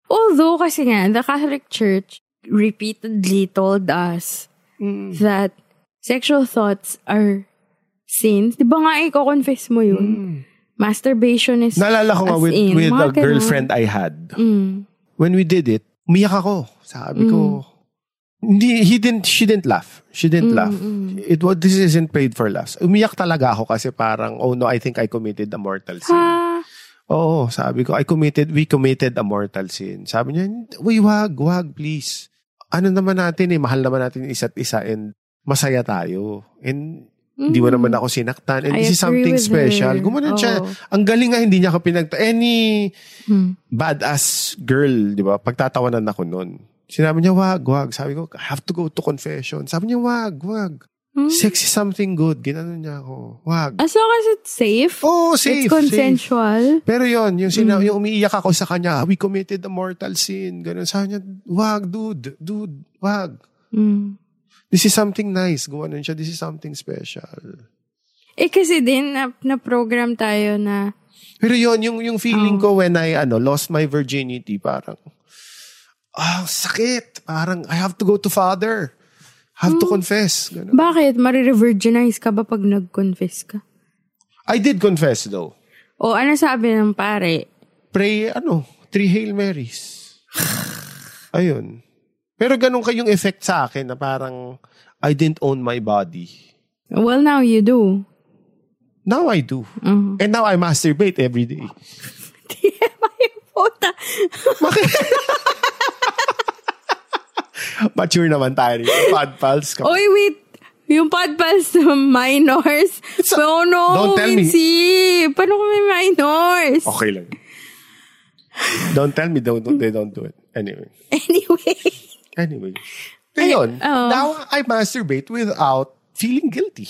S3: Although, kasi nga, the Catholic Church repeatedly told us
S2: Mm.
S3: that sexual thoughts are sins. Di ba nga, i-confess mo yun? Masturbation is
S2: Mm. Naalala ko nga
S3: as
S2: with,
S3: in,
S2: with
S3: mga
S2: a
S3: ganun.
S2: girlfriend I had.
S3: Mm.
S2: When we did it, umiyak ako. Sabi ko,
S3: Mm.
S2: hindi, he didn't, she didn't laugh. She didn't laugh. It was, this isn't paid for laughs. Umiyak talaga ako kasi parang, oh no, I think I committed a mortal sin.
S3: Ah,
S2: Oo, sabi ko, I committed, we committed a mortal sin. Sabi niya, uy, wag, wag, please. Ano naman natin eh, mahal naman natin yung isa't isa and masaya tayo. And hindi mo naman ako sinaktan. And
S3: Hmm. I
S2: this is
S3: agree
S2: something
S3: with
S2: special.
S3: her.
S2: Gumana siya.
S3: Oo. Hmm.
S2: Ang galing nga, hindi niya ako pinagta. Any badass girl, di ba? Pagtatawanan ako nun. Sinabi niya, wag, wag. Sabi ko, I have to go to confession. Sabi niya, wag, wag.
S3: Hmm.
S2: Sex is something good. Ginano niya ako. Wag.
S3: As long as it's safe.
S2: Oo, Oh, safe,
S3: It's consensual.
S2: Pero yon yung, sina- yung umiiyak ako sa kanya, we committed a mortal sin. Ganun. Sabi niya, wag, dude. Dude, wag.
S3: Mm.
S2: This is something nice. Gumanon siya. This is something special.
S3: Eh kasi din, na, na-program tayo na,
S2: Pero yon yung, yung feeling ko when I ano, lost my virginity, parang, ah, sakit. Parang, I have to go to father. Have to confess. Ganun.
S3: bakit? Marirevirginize ka ba pag nag-confess ka?
S2: I did confess though.
S3: O ano sabi ng pare?
S2: Pray, ano, three Hail Marys. Ayun. Pero ganun kayong effect sa akin na parang, I didn't own my body.
S3: Well, now you do.
S2: Now I do.
S3: Mm-hmm.
S2: And now I masturbate every day.
S3: TMI, puta.
S2: Mature naman tayo rito. Pod pals. Come on.
S3: Oy, wait. Yung podpals na minors. So, no,
S2: Don't tell me.
S3: Vinci. Paano kung may minors?
S2: Okay lang. Don't tell me don't, don't- they don't do it. Anyway.
S3: Anyway.
S2: Anyway. Ayun.
S3: oh.
S2: Now I masturbate without feeling guilty.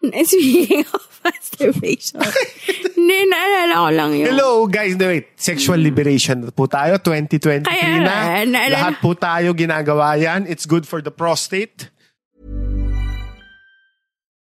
S3: Speaking of masturbation. Hindi, naalala ko lang yun.
S2: Hello, guys. No, wait. Sexual liberation po tayo. 2023
S3: Mm. Kaya
S2: na.
S3: nga, eh, naalala-
S2: Lahat po tayo ginagawa yan. It's good for the prostate.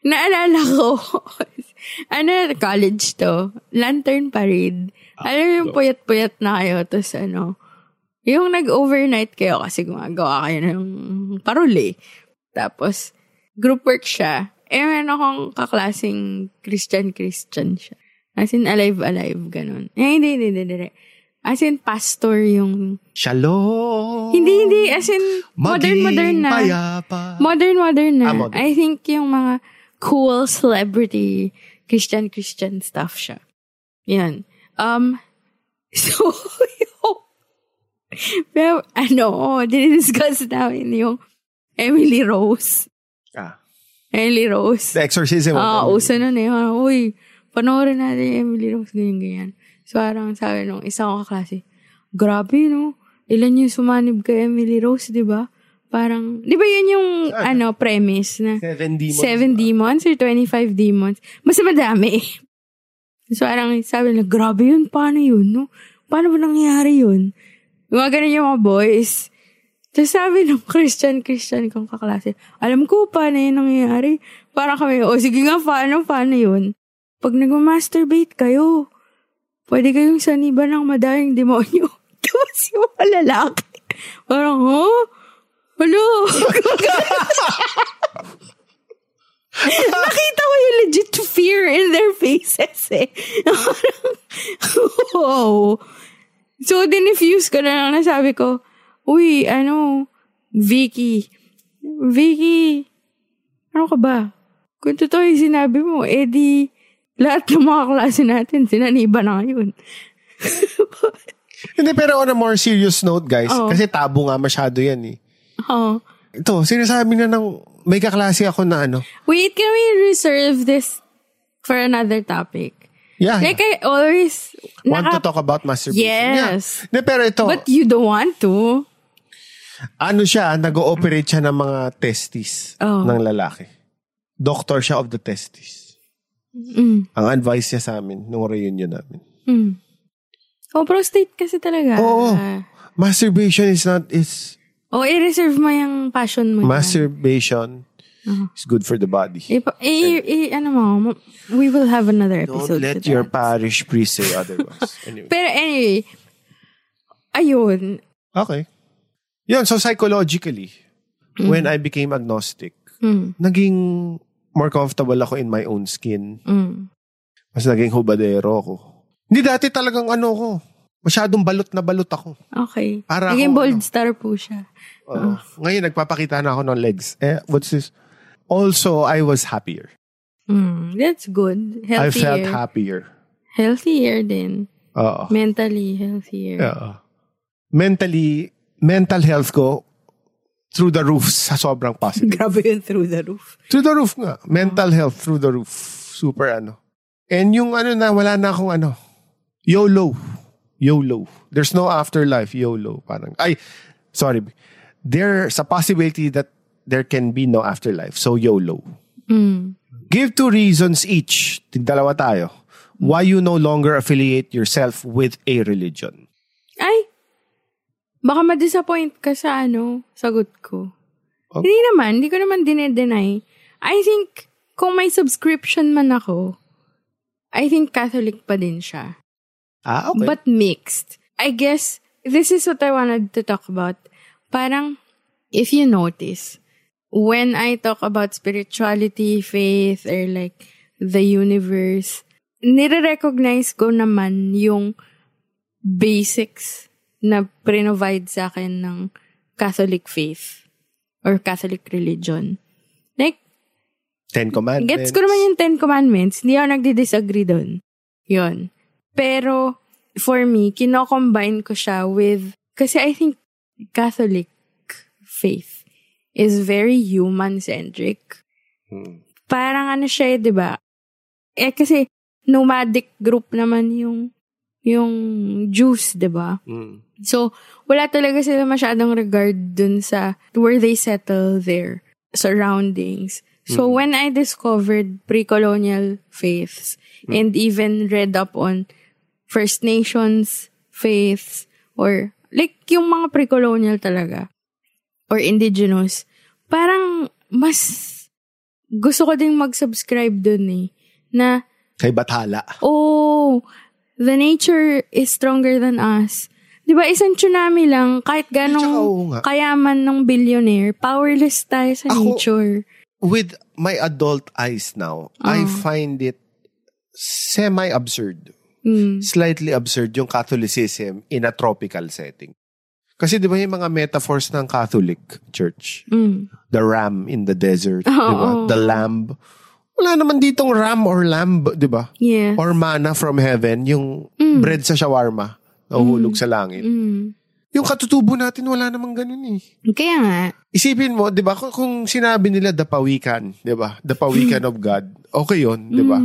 S3: Naalala ko. ano, college to. Lantern parade.
S2: Ah,
S3: Alam mo yung puyat-puyat na kayo. Tapos ano, yung nag-overnight kayo kasi gumagawa kayo ng parol eh. Tapos, group work siya. Eh, meron akong kaklasing Christian-Christian siya. As in, alive-alive, ganun. Eh, hindi, hindi, hindi, hindi. As in, pastor yung...
S2: Shalom.
S3: Hindi, hindi. As in, modern-modern
S2: Maging
S3: na.
S2: payapa.
S3: Modern, modern na.
S2: Ah, modern.
S3: I think yung mga cool celebrity Christian, Christian stuff siya. Yan. Um, so, yung, pero, ano, dinidiscuss namin yung Emily Rose.
S2: Ah,
S3: Emily Rose.
S2: the exorcism. of
S3: Ah,
S2: Emily.
S3: uso nun eh. Parang, uy, panoorin natin yung Emily Rose, ganyan-ganyan. So, parang sabi nung isa ko kaklase, grabe, no? Ilan yung sumanib kay Emily Rose, di ba? Parang, di ba yun yung, ano, premise na
S2: Seven demons.
S3: seven demons or 25 demons? Mas madami. So, parang sabi nila, grabe yun, paano yun, no? Paano ba nangyari yun? Yung mga ganun yung mga boys. Tapos sabi ng Christian, Christian kong kaklase, alam ko paano yun nangyayari. Parang kami, o sige nga, paano, paano yun? Pag nag-masturbate kayo, pwede kayong saniba ng madaling demonyo. Tapos yung mga lalaki, parang, huh? Ano?" Hello? Nakita ko yung legit fear in their faces eh. Parang, wow. So, dinifuse ko na lang nasabi ko, Uy, ano, Vicky. Vicky, ano ka ba? Kung totoo yung sinabi mo, eh di, lahat ng mga klase natin, sinaniba na ngayon.
S2: Hindi, pero on a more serious note, guys,
S3: Oo.
S2: kasi tabo nga masyado yan eh.
S3: Oo.
S2: Ito, sinasabi na ng, may kaklase ako na ano.
S3: Wait, can we reserve this for another topic?
S2: Ah, Yeah.
S3: Like, I always...
S2: want to
S3: naka-
S2: talk about masturbation.
S3: Yes.
S2: Yeah. Hindi, pero ito,
S3: But you don't want to.
S2: ano siya, nag-ooperate siya ng mga testis
S3: Oh.
S2: ng lalaki. Doctor siya of the testis.
S3: Mm.
S2: Ang advice niya sa amin nung reunion namin.
S3: Oh, prostate kasi talaga.
S2: Oo. Masturbation is not, is
S3: Oh, i-reserve mo yung passion mo. dyan.
S2: masturbation
S3: Uh-huh.
S2: is good for the body.
S3: Ipa- i- i- ano mo, mo- we will have another episode.
S2: Don't let
S3: to
S2: your
S3: that.
S2: parish priest say otherwise. Anyway.
S3: Pero anyway, ayun.
S2: Okay. Yun, so psychologically, when
S3: Mm.
S2: I became agnostic, naging
S3: Mm,
S2: more comfortable ako in my own skin. Mas naging hubadero ako. Hindi dati talagang ano ko. Masyadong balot na balot ako.
S3: Okay.
S2: Para
S3: Naging
S2: ako,
S3: bold
S2: ano.
S3: star po siya.
S2: Oo. Ngayon, nagpapakita na ako ng legs. Eh, what's this? Also, I was happier.
S3: Mm, that's good.
S2: I
S3: Healthier.
S2: felt happier.
S3: Healthier din.
S2: Oo.
S3: Mentally healthier.
S2: Oo. Mentally, mental health ko through the roof sa sobrang positive.
S3: Grabe yun through the roof.
S2: Through the roof nga. Mental health through the roof. Super ano. And yung ano na, wala na akong ano. YOLO. YOLO. There's no afterlife. YOLO. Parang, ay, sorry. There's a possibility that there can be no afterlife. So, YOLO.
S3: Mm.
S2: Give two reasons each. Tigdalawa tayo. Why you no longer affiliate yourself with a religion.
S3: Ay! Baka ma-disappoint ka sa ano, sagot ko.
S2: Oh.
S3: Hindi naman, hindi ko naman dinedeny. I think, kung may subscription man ako, I think Catholic pa din siya.
S2: Ah, okay.
S3: But mixed. I guess, this is what I wanted to talk about. Parang, if you notice, when I talk about spirituality, faith, or like the universe, nire-recognize ko naman yung basics na pre-provide sa akin ng Catholic faith or Catholic religion. Like,
S2: Ten Commandments.
S3: Gets ko naman yung Ten Commandments. Hindi ako nagdi-disagree doon. Yun. Pero, for me, kinocombine ko siya with, kasi I think Catholic faith is very human-centric. Parang ano siya, eh, di ba? Eh, kasi nomadic group naman yung yung Jews, di ba? So, wala talaga sila masyadong regard dun sa where they settle their surroundings. So, when I discovered pre-colonial faiths and even read up on First Nations faiths or like yung mga pre-colonial talaga or indigenous, parang mas gusto ko ding mag-subscribe dun eh. Na
S2: Kay Bathala.
S3: oh, the nature is stronger than us. Di ba, isang tsunami lang, kahit
S2: Tsaka, oo
S3: ganong
S2: nga.
S3: kayaman ng billionaire, powerless tayo sa
S2: Ako-
S3: nature.
S2: with my adult eyes now, I find it semi absurd. Slightly absurd yung Catholicism in a tropical setting. Kasi di ba yung mga metaphors ng Catholic Church?
S3: Mm,
S2: The ram in the desert, di ba? The lamb. Wala naman ditong ram or lamb, di ba?
S3: Yes.
S2: Or manna from heaven, yung bread sa shawarma na uhulog sa langit.
S3: Hmm.
S2: Yung katutubo natin, wala namang ganun eh.
S3: Mm. Kaya nga,
S2: Isipin mo, 'di ba, kung, kung sinabi nila the pawikan, 'di ba? The pawikan of God. Okay 'yon, 'di ba?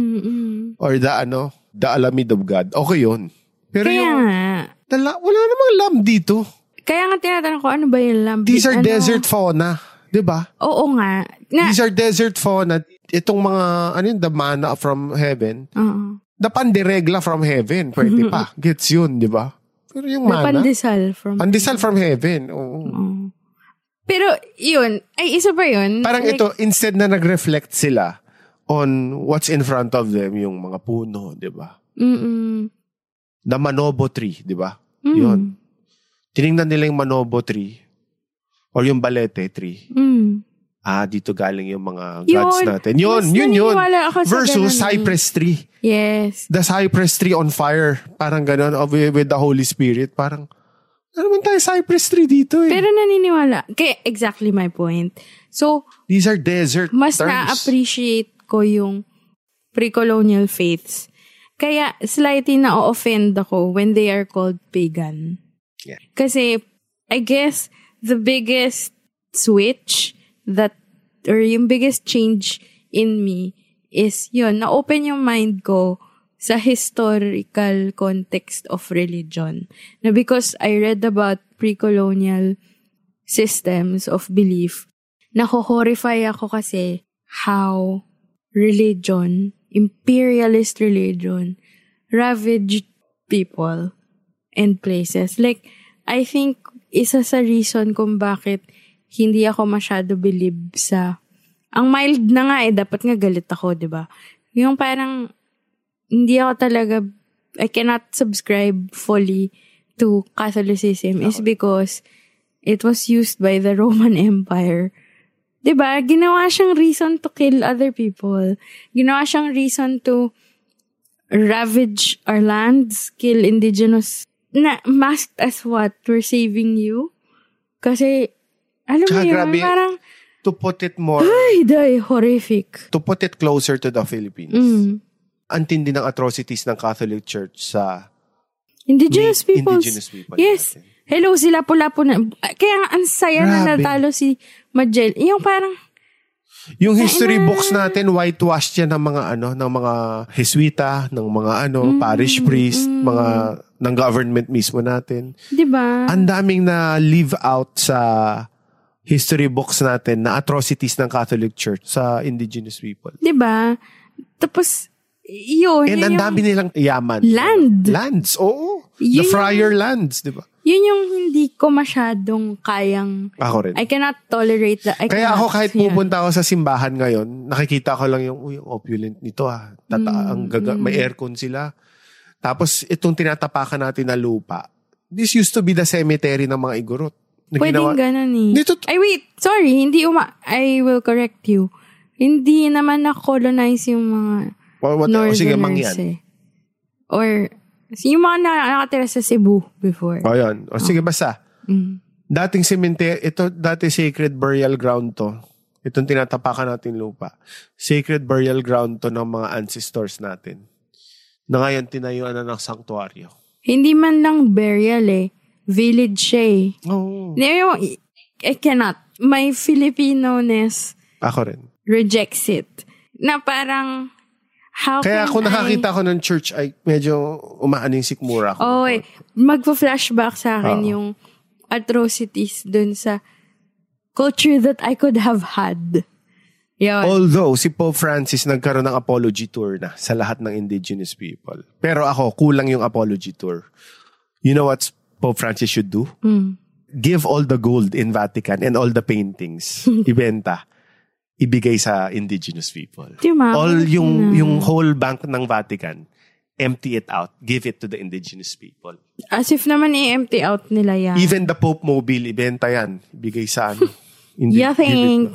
S2: Or the ano, the alamid of God. Okay 'yon. Pero
S3: kaya
S2: yung
S3: nga.
S2: dala, wala namang lamb dito.
S3: Kaya nga tinatanong ko, ano ba yung lamb?
S2: These are
S3: Ano?
S2: desert fauna, 'di ba?
S3: Oo nga. Nga,
S2: These are desert fauna. Itong mga ano yun, the manna from heaven,
S3: Oo.
S2: the pandiregla from heaven, pwede pa. Gets 'yun, 'di ba? Pero yung
S3: Na
S2: manna,
S3: pandesal from...
S2: pandesal from heaven. Oo.
S3: Pero, yun. Ay, isa pa yun.
S2: Parang
S3: Like,
S2: ito, instead na nag-reflect sila on what's in front of them, yung mga puno, di ba?
S3: Mm-mm.
S2: The manobo tree, di ba?
S3: Hmm.
S2: Yun. Tinignan nila yung manobo tree or yung balete tree.
S3: Mm.
S2: Ah, dito galing yung mga
S3: Yun.
S2: gods natin. Yun,
S3: Mas
S2: yun, yun.
S3: naniniwala ako sa
S2: Versus
S3: ganun eh.
S2: cypress tree.
S3: Yes.
S2: The cypress tree on fire. Parang ganun, oh, with, with the Holy Spirit. Parang, ano naman tayo cypress tree dito eh.
S3: Pero naniniwala. Kaya exactly my point. So,
S2: These are desert
S3: mas
S2: terms.
S3: na-appreciate ko yung pre-colonial faiths. Kaya slightly na-offend ako when they are called pagan.
S2: Yeah.
S3: Kasi, I guess, the biggest switch that, or yung biggest change in me is yun, na-open yung mind ko sa historical context of religion. Na because I read about pre-colonial systems of belief, nakohorify ako kasi how religion, imperialist religion, ravaged people and places. Like, I think isa sa reason kung bakit hindi ako masyado believe sa... Ang mild na nga eh, dapat nga galit ako, di ba? Yung parang hindi ako talaga, I cannot subscribe fully to Catholicism is because it was used by the Roman Empire. 'Di ba? Ginawa siyang reason to kill other people. Ginawa siyang reason to ravage our lands, kill indigenous, na masked as what? We're saving you? Kasi, alam mo
S2: Tsaka
S3: yun,
S2: grabe-
S3: parang,
S2: To put it more,
S3: ay, day, horrific.
S2: to put it closer to the Philippines,
S3: Mm.
S2: antindi ng atrocities ng Catholic Church sa
S3: Indigenous
S2: May-
S3: peoples.
S2: indigenous people
S3: Yes.
S2: natin.
S3: Hello, sila pula po na. Kaya nga, ang saya na
S2: Grabe.
S3: natalo si Magell. Yung parang,
S2: Yung history books natin, whitewashed yan ng mga ano, ng mga Jesuita, ng mga
S3: Mm.
S2: ano, parish priest, mga ng government mismo natin.
S3: di ba?
S2: Ang daming na leave out sa history books natin na atrocities ng Catholic Church sa indigenous people.
S3: Di ba? Tapos, yun.
S2: And
S3: yun
S2: ang
S3: yung-
S2: dami nilang yaman.
S3: Land.
S2: Lands, oo.
S3: Yun
S2: the
S3: yung-
S2: friar lands, di ba?
S3: Yun yung hindi ko masyadong kayang,
S2: Ako rin.
S3: I cannot tolerate that. I
S2: Kaya
S3: cannot.
S2: ako kahit
S3: Yan.
S2: pupunta ako sa simbahan ngayon, nakikita ko lang yung, uy, ang opulent nito ah. Tata,
S3: Mm.
S2: ang gaga, may aircon sila. Tapos itong tinatapakan natin na lupa, this used to be the cemetery ng mga igorot. Na
S3: Pwedeng
S2: ginawa-
S3: ganun eh.
S2: Dito-
S3: Ay wait, sorry, hindi uma... I will correct you. Hindi naman na-colonize yung mga
S2: What- what- o
S3: northerners
S2: sige, mangyan.
S3: eh. Or yung mga na- nakatira sa Cebu before.
S2: O yun. O
S3: Oh.
S2: sige, basta.
S3: Mm.
S2: Dating cemetery, ito dati sacred burial ground to. Itong tinatapakan natin lupa. Sacred burial ground to ng mga ancestors natin. Na ngayon tinayuan na ng sanctuaryo.
S3: Hindi man lang burial eh. Village siya eh.
S2: Oo.
S3: Hindi, yung- I cannot. My Filipino-ness
S2: Ako rin.
S3: rejects it. Na parang, how
S2: Kaya
S3: can
S2: kung
S3: I...
S2: nakakita ko ng church, ay medyo umaano yung sikmura ko.
S3: Oh, eh, magpa-flashback sa akin
S2: Oo.
S3: yung atrocities dun sa culture that I could have had. Yun.
S2: Although, si Pope Francis nagkaroon ng apology tour na sa lahat ng indigenous people. Pero ako, kulang yung apology tour. You know what Pope Francis should do? Give all the gold in Vatican and all the paintings. ibenta. Ibigay sa indigenous people.
S3: Diba?
S2: All yung, yung whole bank ng Vatican. Empty it out. Give it to the indigenous people.
S3: As if naman i-empty out nila yan.
S2: Even the Pope Mobile, ibenta yan. Ibigay sa ano. Indi-
S3: you
S2: give it
S3: think.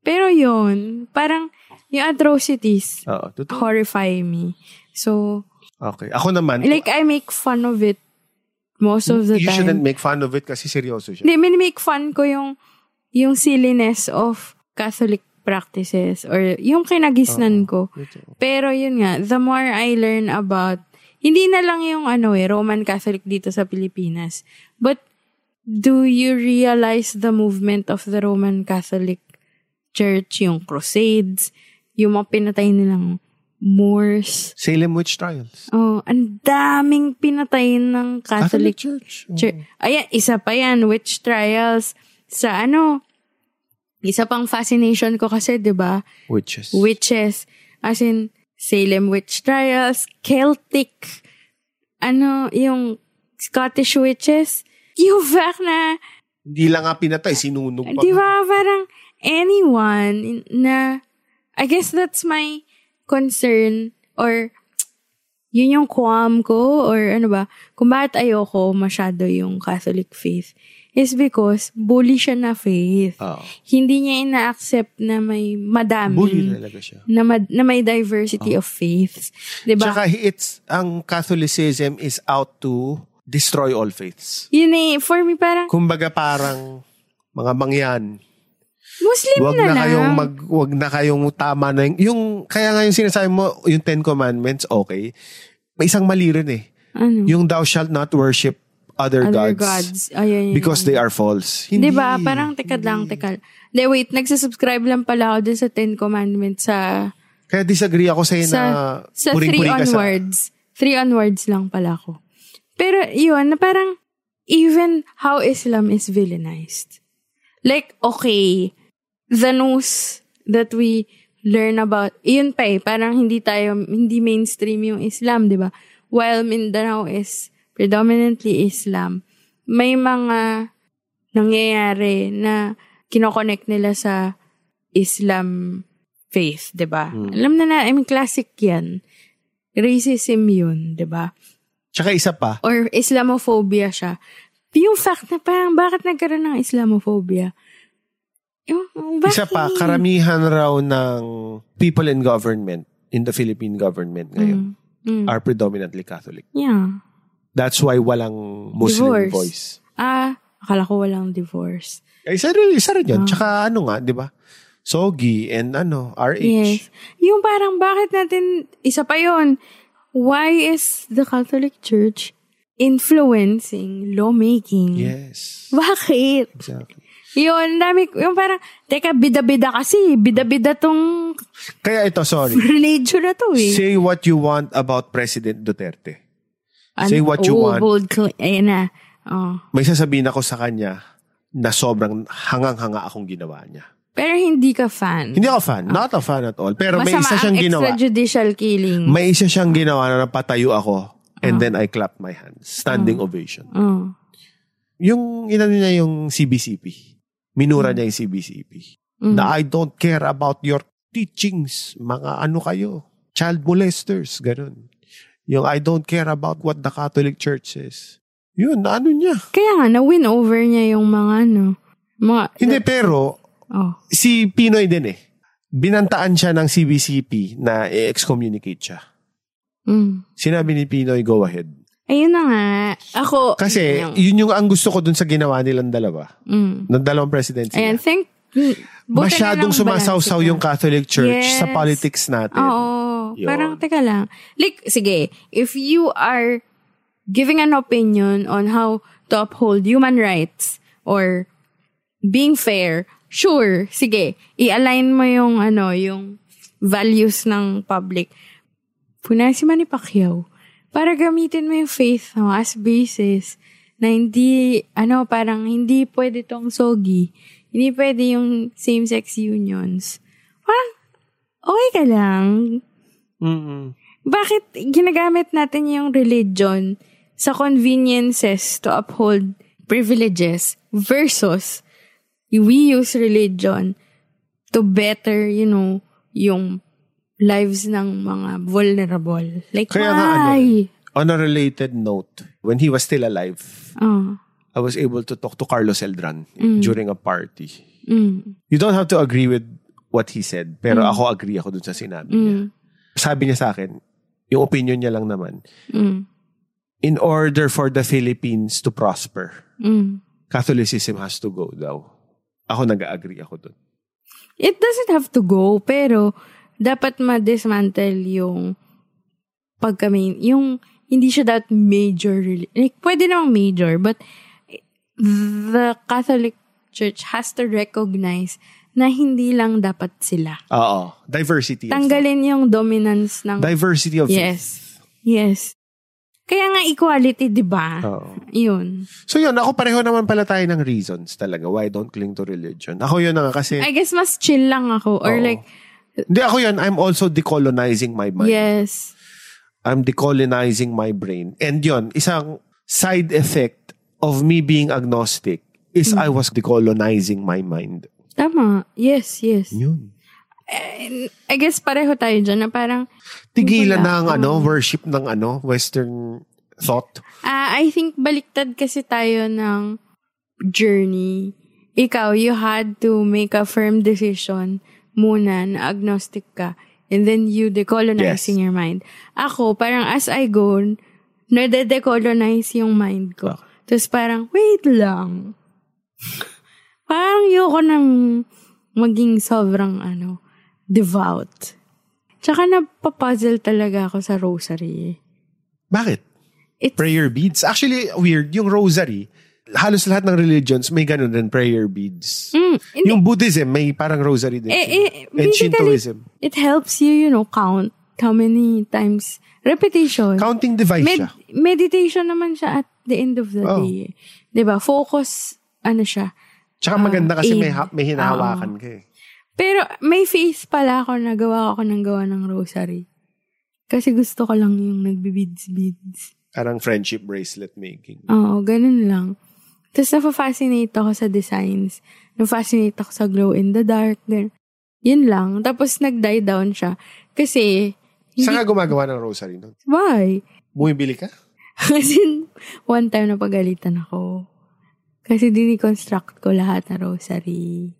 S3: Pero yun, parang yung atrocities
S2: Oo, totoo.
S3: horrify me. So,
S2: Okay. Ako naman,
S3: like I make fun of it most of the
S2: Ano you
S3: time.
S2: shouldn't make fun of it kasi seryoso siya.
S3: Hindi, make fun ko yung yung silliness of Catholic practices or yung kinagisnan ko. Pero yun nga, the more I learn about, hindi na lang yung ano eh, Roman Catholic dito sa Pilipinas. But do you realize the movement of the Roman Catholic Church, yung Crusades, yung mga pinatay nilang Moors?
S2: Salem Witch Trials.
S3: Oh, ang daming pinatay ng Catholic,
S2: Church.
S3: Sure. Ayan, isa pa yan, witch trials. Sa ano, isa pang fascination ko kasi, di ba?
S2: Witches.
S3: Witches. As in, Salem witch trials, Celtic, ano, yung Scottish witches. Yung fact na,
S2: Hindi lang nga pinatay, sinunog pa.
S3: di ba, parang anyone na, I guess that's my concern or yun yung qualm ko or ano ba, kung bakit ayoko masyado yung Catholic faith is because bully siya na faith.
S2: Oo.
S3: Hindi niya ina-accept na may madami.
S2: Bully talaga siya.
S3: Na, mad- na may diversity of faiths. Diba?
S2: Tsaka it's, ang Catholicism is out to destroy all faiths.
S3: yun eh, for me parang
S2: Kumbaga parang mga mangyan.
S3: Muslim
S2: Wag
S3: na,
S2: na,
S3: lang.
S2: kayong mag wag na kayong tama na yung, yung kaya nga yung sinasabi mo yung Ten Commandments okay. May isang mali rin eh. Yung thou shalt not worship other,
S3: Ano? Other
S2: gods,
S3: gods. Ayun, yun,
S2: because
S3: yun.
S2: they are false.
S3: Hindi
S2: Hindi
S3: ba? Diba? Parang tekad lang, tekad. De, wait, nagsasubscribe lang pala ako dun sa Ten Commandments sa...
S2: Kaya disagree ako sa'yo na
S3: Sa, sa three
S2: puring-puri ka sa...
S3: onwards. Three onwards lang pala ako. Pero yun, na parang even how Islam is villainized. Like, okay, the news that we learn about, yun pa eh, parang hindi tayo, hindi mainstream yung Islam, di ba? While Mindanao is predominantly Islam, may mga nangyayari na kinoconnect nila sa Islam faith, 'di ba?
S2: Hmm.
S3: Alam na na, I mean classic 'yan. Racism 'yun, 'di ba?
S2: Tsaka isa pa,
S3: Or Islamophobia siya. Yung fact na parang bakit nagkaroon ng Islamophobia? Yung-
S2: isa pa,
S3: bakit?
S2: karamihan raw ng people in government in the Philippine government ngayon
S3: Mm.
S2: are predominantly Catholic.
S3: Yeah.
S2: That's why walang Muslim
S3: Divorce.
S2: voice.
S3: Ah, akala ko walang divorce.
S2: Eh, Isa rin, isa rin
S3: Ah.
S2: yun. Tsaka ano nga, di ba? Sogi and ano, RH.
S3: Yes. Yung parang bakit natin, isa pa yon Why is the Catholic Church influencing lawmaking?
S2: Yes.
S3: Bakit?
S2: Exactly.
S3: Yun, dami, yung parang, teka, bida-bida kasi. Bida-bida tong
S2: Kaya ito, sorry.
S3: religion na to eh.
S2: Say what you want about President Duterte.
S3: Ano?
S2: say what you
S3: Oo,
S2: want.
S3: Bold, cl- ayan na. Oh.
S2: May sasabihin ako sa kanya na sobrang hangang-hanga akong ginawa niya.
S3: Pero hindi ka fan.
S2: Hindi ako fan. Not a fan at all. Pero may
S3: Masama
S2: isa siyang
S3: ang
S2: ginawa.
S3: extrajudicial killing.
S2: May isa siyang ginawa na napatayo ako. And then I clapped my hands. Standing ovation.
S3: Oh.
S2: yung inano niya yung CBCP. Minura niya yung CBCP. Na I don't care about your teachings, mga ano kayo, child molesters, ganun. Yung I don't care about what the Catholic Church is. Yun, ano niya.
S3: Kaya nga, na-win over niya yung mga ano. Mga,
S2: Hindi, pero
S3: Oh.
S2: si Pinoy din eh. Binantaan siya ng CBCP na i-excommunicate siya.
S3: Mm.
S2: Sinabi ni Pinoy, go ahead.
S3: Ayun na nga. Ako.
S2: Kasi
S3: Ayun.
S2: yun yung ang gusto ko dun sa ginawa nilang dalawa.
S3: Mm.
S2: Ng dalawang presidency.
S3: Ayan, think. mm, buti
S2: masyadong
S3: na lang
S2: sumasawsaw
S3: balanse
S2: yung
S3: ka.
S2: Catholic Church sa
S3: Yes.
S2: politics natin.
S3: Oo.
S2: Yun.
S3: Parang, teka lang. Like, sige, if you are giving an opinion on how to uphold human rights or being fair, sure, sige, i-align mo yung, ano, yung values ng public. Punasi man ni Pacquiao, para gamitin mo yung faith mo as basis na hindi, ano, parang hindi pwede tong sogi. Hindi pwede yung same-sex unions. Parang, okay ka lang. Bakit ginagamit natin yung religion sa conveniences to uphold privileges versus we use religion to better, you know, yung lives ng mga vulnerable. Like,
S2: Kaya
S3: why?
S2: nga, ano, on a related note, when he was still alive,
S3: Oh,
S2: I was able to talk to Carlos Eldran during a party.
S3: mm,
S2: You don't have to agree with what he said, pero ako agree ako dun sa sinabi
S3: Mm.
S2: niya. Sabi niya sa akin, yung opinion niya lang naman,
S3: mm,
S2: in order for the Philippines to prosper,
S3: mm.
S2: Catholicism has to go daw. Ako nag-agree ako dun.
S3: It doesn't have to go, pero dapat ma-dismantle yung pagka main, yung hindi siya that major, reli- like, pwede namang major, but the Catholic Church has to recognize na hindi lang dapat sila.
S2: Oo. Diversity. of
S3: Tanggalin yung dominance ng...
S2: faith. Diversity of faith.
S3: yes. Yes. Kaya nga equality, di ba?
S2: Oo.
S3: Yun.
S2: So yun, ako pareho naman pala tayo ng reasons talaga why don't cling to religion. Ako yun na nga kasi,
S3: I guess mas chill lang ako. Or
S2: Oo.
S3: like,
S2: hindi ako yun, I'm also decolonizing my mind.
S3: yes.
S2: I'm decolonizing my brain. And yun, isang side effect of me being agnostic is I was decolonizing my mind.
S3: Tama. Yes, yes. Eh,
S2: Yun.
S3: I guess pareho tayo dyan na parang,
S2: Tigilan
S3: Wala.
S2: na ang ano, worship ng ano, Western thought.
S3: ah, I think baliktad kasi tayo ng journey. Ikaw, you had to make a firm decision muna na agnostic ka. And then you decolonizing
S2: Yes.
S3: your mind. Ako, parang as I go, nade-decolonize yung mind ko. Tapos parang, wait lang. parang yoko nang maging sobrang ano, devout. Tsaka napapuzzle talaga ako sa rosary eh.
S2: Bakit?
S3: It's-
S2: prayer beads. Actually, weird, yung rosary, halos lahat ng religions may ganun din, prayer beads.
S3: Hmm, hindi.
S2: yung Buddhism, may parang rosary din. sila.
S3: Eh, eh,
S2: uh, And
S3: basically,
S2: Shintoism.
S3: It helps you, you know, count how many times. Repetition.
S2: Counting device
S3: Med-
S2: siya.
S3: meditation naman siya at the end of the
S2: Oh.
S3: day. eh. 'Di ba Focus, ano siya.
S2: Tsaka maganda kasi may,
S3: aid.
S2: ha- may
S3: Ah.
S2: hinahawakan ka eh.
S3: Pero may face pala ako na gawa ako ng gawa ng rosary. Kasi gusto ko lang yung nagbibids-bids.
S2: Parang friendship bracelet making.
S3: Oo, ganun lang. Tapos napafascinate ako sa designs. Napafascinate ako sa glow in the dark. Ganun. Yun lang. Tapos nag-die down siya. Kasi,
S2: Saan
S3: hindi,
S2: ka gumagawa ng rosary nun?
S3: why?
S2: Bumibili ka?
S3: Kasi one time napagalitan ako. Kasi diniconstruct ko lahat na rosary.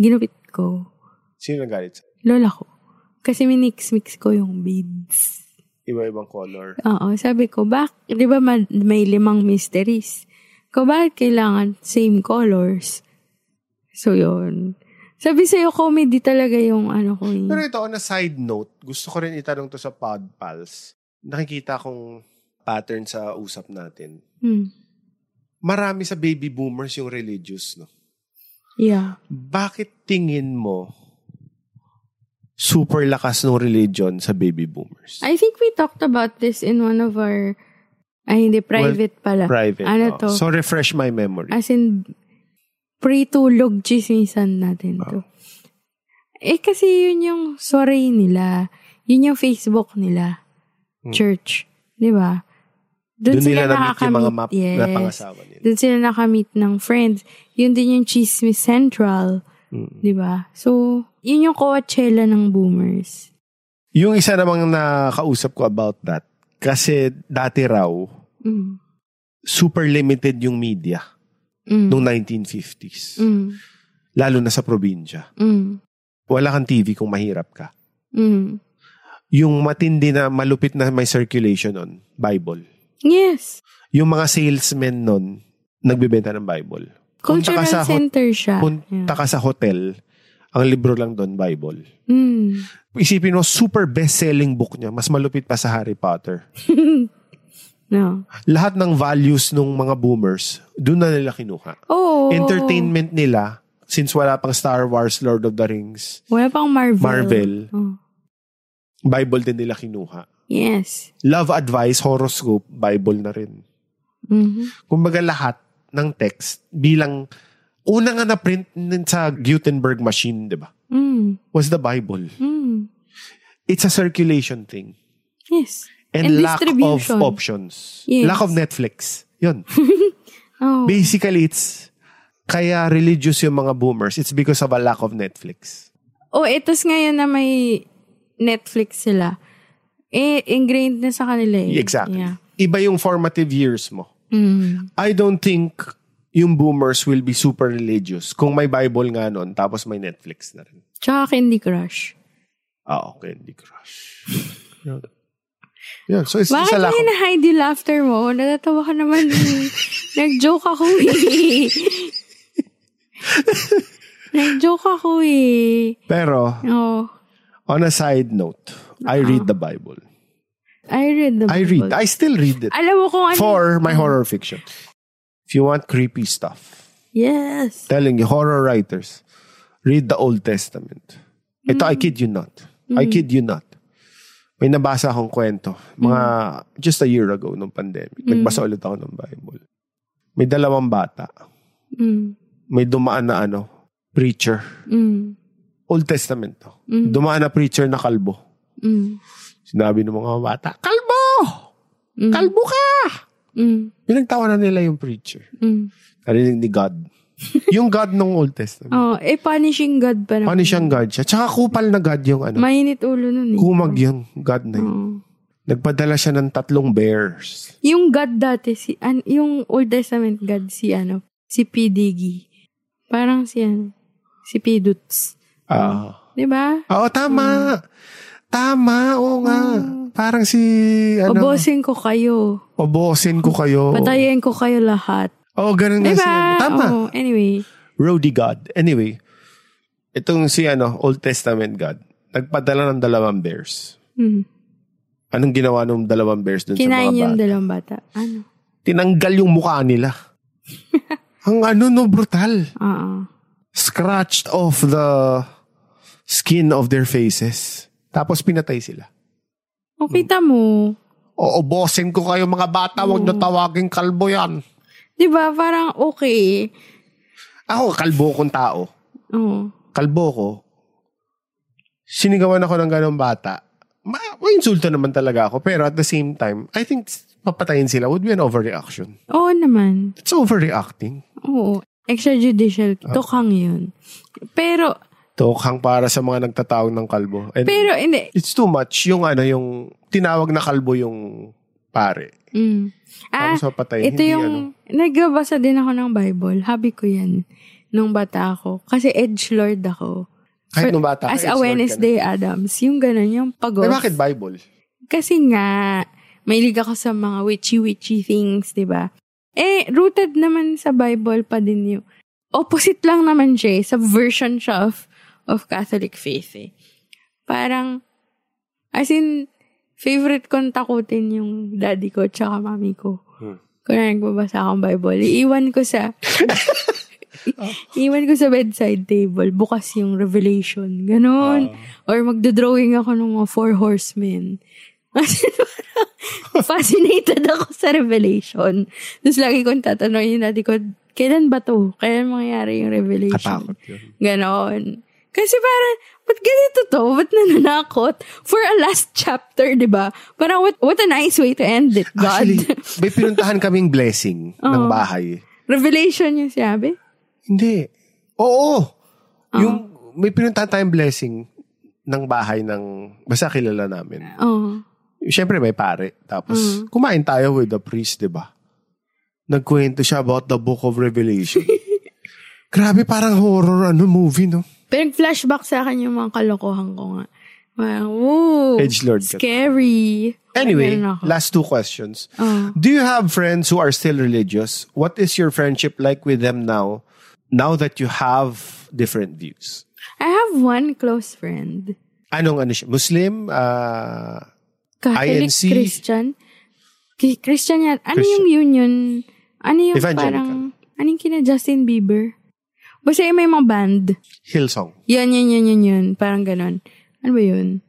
S3: Ginupit ko.
S2: Sino nagalit?
S3: Lola ko. Kasi minix-mix ko yung beads.
S2: Iba-ibang color.
S3: Oo, sabi ko, bak, di ba ma- may limang mysteries? Ko, bakit kailangan same colors? So, yun. Sabi sa'yo, comedy talaga yung ano ko. eh.
S2: Pero ito, on a side note, gusto ko rin itanong to sa Pod Pals. Nakikita kong pattern sa usap natin.
S3: Hmm.
S2: Marami sa baby boomers yung religious, no?
S3: Yeah.
S2: Bakit tingin mo super lakas ng religion sa baby boomers?
S3: I think we talked about this in one of our... Ay, hindi, private pala.
S2: Private. oh.
S3: Ano to?
S2: So refresh my memory.
S3: As in, pre-tulog chismisan natin to.
S2: Ah.
S3: Eh, kasi yun yung sorry nila. Yun yung Facebook nila. Church. Di ba?
S2: Doon Hmm. nila na-meet yung mga map
S3: yes.
S2: na pangasawa nila.
S3: Doon sila nakamit ng friends. Yun din yung Chismis Central.
S2: Hmm.
S3: Di ba? So, yun yung Coachella ng boomers.
S2: Yung isa namang nakausap ko about that, kasi dati raw,
S3: Mm.
S2: super limited yung media
S3: Mm.
S2: noong 1950s.
S3: Mm.
S2: Lalo na sa probinsya.
S3: Mm.
S2: Wala kang TV kung mahirap ka.
S3: Mm.
S2: Yung matindi na malupit na may circulation on, Bible.
S3: Yes.
S2: Yung mga salesmen nun, nagbebenta ng Bible. Punta ka
S3: Cultural
S2: sa hot-
S3: center siya.
S2: Punta ka sa hotel, ang libro lang doon, Bible.
S3: Yeah. Mm.
S2: Isipin mo, super best-selling book niya. Mas malupit pa sa Harry Potter.
S3: No.
S2: Lahat ng values ng mga boomers, doon na nila kinuha.
S3: Oh.
S2: entertainment nila since wala pang Star Wars, Lord of the Rings,
S3: Wala pang Marvel.
S2: Marvel,
S3: Oh.
S2: Bible din nila kinuha.
S3: Yes.
S2: Love advice, horoscope, Bible na rin.
S3: Mhm.
S2: Kumbaga lahat ng text bilang una nga na print sa Gutenberg machine, 'di ba?
S3: Mm.
S2: Was the Bible.
S3: Mm.
S2: It's a circulation thing
S3: Yes.
S2: and,
S3: And
S2: lack of
S3: distribution.
S2: options.
S3: Yes.
S2: Lack of Netflix. 'Yun.
S3: Oh.
S2: Basically it's kaya religious yung mga boomers. It's because of a lack of Netflix.
S3: oh, etos ngayon na may Netflix sila. Eh, ingrained na sa kanila eh.
S2: Exactly.
S3: Yeah.
S2: Iba yung formative years mo.
S3: Mm.
S2: I don't think yung boomers will be super religious kung may Bible nga nun, tapos may Netflix na rin.
S3: Tsaka Candy Crush.
S2: Ah, okay, Candy Crush. Yun. Yun, So, it's
S3: Bakit
S2: isa lang.
S3: may na-hide yung laughter mo? Natatawa ka naman. eh. Nag-joke ako eh. Nag-joke ako eh.
S2: Pero,
S3: Oh.
S2: on a side note, I read the Bible.
S3: I read the
S2: I
S3: Bible.
S2: read. I still read it.
S3: Ah. Alam mo kung ano.
S2: For my horror fiction. If you want creepy stuff,
S3: Yes.
S2: telling you, horror writers, read the Old Testament. Ito,
S3: Mm.
S2: I kid you not. I kid you not. May nabasa akong kwento. Mga,
S3: Mm.
S2: just a year ago nung pandemic. Nagbasa ulit ako ng Bible. May dalawang bata.
S3: Mm.
S2: May dumaan na ano, preacher.
S3: Mm.
S2: Old Testament to. Dumaan na preacher na kalbo.
S3: Mm.
S2: Sinabi ng mga bata, kalbo! Kalbo ka!
S3: Mm.
S2: Pinagtawanan nila yung preacher.
S3: Mm.
S2: Narinig ni God. yung God ng Old Testament.
S3: Oh, eh, punishing God pa naman.
S2: Ano siyang God siya? Tsaka kupal na God yung ano.
S3: Mainit ulo nun eh.
S2: Kumag yung God na yun.
S3: Oo.
S2: Nagpadala siya ng tatlong bears.
S3: Yung God dati, si, an, yung Old Testament God, si ano, si P. Diggy. Parang si ano, si P. Dutz.
S2: Ah.
S3: Di ba?
S2: Oo, tama. Tama, oo nga. Parang si, ano,
S3: Oh. Obosin ko kayo.
S2: obosin ko kayo.
S3: Patayin Diba? Oh. ko kayo lahat.
S2: Oo, ganun
S3: Di
S2: nga si, ano.
S3: ba?
S2: Tama.
S3: Oo, anyway.
S2: Roadie God. Anyway, itong si, ano, Old Testament God, nagpadala ng dalawang bears.
S3: Mm.
S2: Anong ginawa ng dalawang bears dun sa
S3: Kinain
S2: mga
S3: yung
S2: bata?
S3: dalawang bata. Ano?
S2: Tinanggal yung mukha nila. Ang ano, no, brutal.
S3: Oo.
S2: scratched off the skin of their faces. Tapos pinatay sila. Hmm.
S3: O, Oh, kita mo.
S2: Oo, bossing ko kayo mga bata, wag na
S3: Mm.
S2: tawagin kalbo yan.
S3: Di ba? Parang okay.
S2: Ako, kalbo kong tao.
S3: Oo.
S2: Kalbo ko. Sinigawan ako ng ganong bata. Ma insulto naman talaga ako. Pero at the same time, I think s- papatayin sila would be an overreaction.
S3: Oo naman.
S2: It's overreacting.
S3: Oo. Extrajudicial.
S2: Ah.
S3: Tokang yun. Pero,
S2: Tokhang para sa mga nagtatawag ng kalbo. And
S3: pero hindi.
S2: it's too much yung ano, yung tinawag na kalbo yung pare.
S3: Mm. Ah,
S2: Tapos papatay.
S3: ito
S2: Hindi, ano?
S3: yung, nagbabasa din ako ng Bible. Habi ko yan nung bata ako. Kasi edgelord ako.
S2: Kahit nung bata.
S3: As
S2: ka, expert ka
S3: a
S2: na.
S3: Wednesday Adams, yung ganun, yung pag-off.
S2: Eh, bakit Bible?
S3: Kasi nga, mahilig ako sa mga witchy-witchy things, di ba? Eh, rooted naman sa Bible pa din yung... Opposite lang naman siya eh. Subversion siya of, of Catholic faith eh. Parang, as in, favorite kong takutin yung daddy ko tsaka mami ko.
S2: Hmm.
S3: Kung nagbabasa akong Bible, iiwan ko sa... Iwan ko sa bedside table, bukas yung revelation, ganun.
S2: Ah.
S3: Or magdodrawing ako ng mga four horsemen. Kasi parang fascinated ako sa revelation. Tapos lagi kong tatanungin natin ko, kailan ba to? Kailan mangyayari yung revelation?
S2: Katakot yun.
S3: Ganon. Kasi parang, ba't ganito to? Ba't nananakot? For a last chapter, di ba? Parang, what, what a nice way to end it, God.
S2: Actually, may pinuntahan kaming blessing ng bahay.
S3: revelation yung sabi?
S2: Hindi. Oo. Yung may pinuntahan tayong blessing ng bahay ng basta kilala namin.
S3: Oo.
S2: Siyempre may pare. Tapos kumain tayo with the priest, 'di ba? Nagkwento siya about the book of Revelation. Grabe, parang horror ano movie, no?
S3: Pero flashback sa akin yung mga kalokohan ko nga. Wow, woo,
S2: Edgelord ka.
S3: scary.
S2: Anyway,
S3: Ganun ako.
S2: last two questions. Do you have friends who are still religious? What is your friendship like with them now? Now that you have different views.
S3: I have one close friend.
S2: Anong ano siya? Muslim? Ah,
S3: Catholic
S2: INC?
S3: Christian. Ki- Christian yan. Ano
S2: Christian.
S3: yung union? Ano yung
S2: Evangelical.
S3: parang... Ano yung kina Justin Bieber? Basta yung may mga band.
S2: Hillsong?
S3: Yun, yun, yun, yun, yun. Parang ganon. Ano ba yun?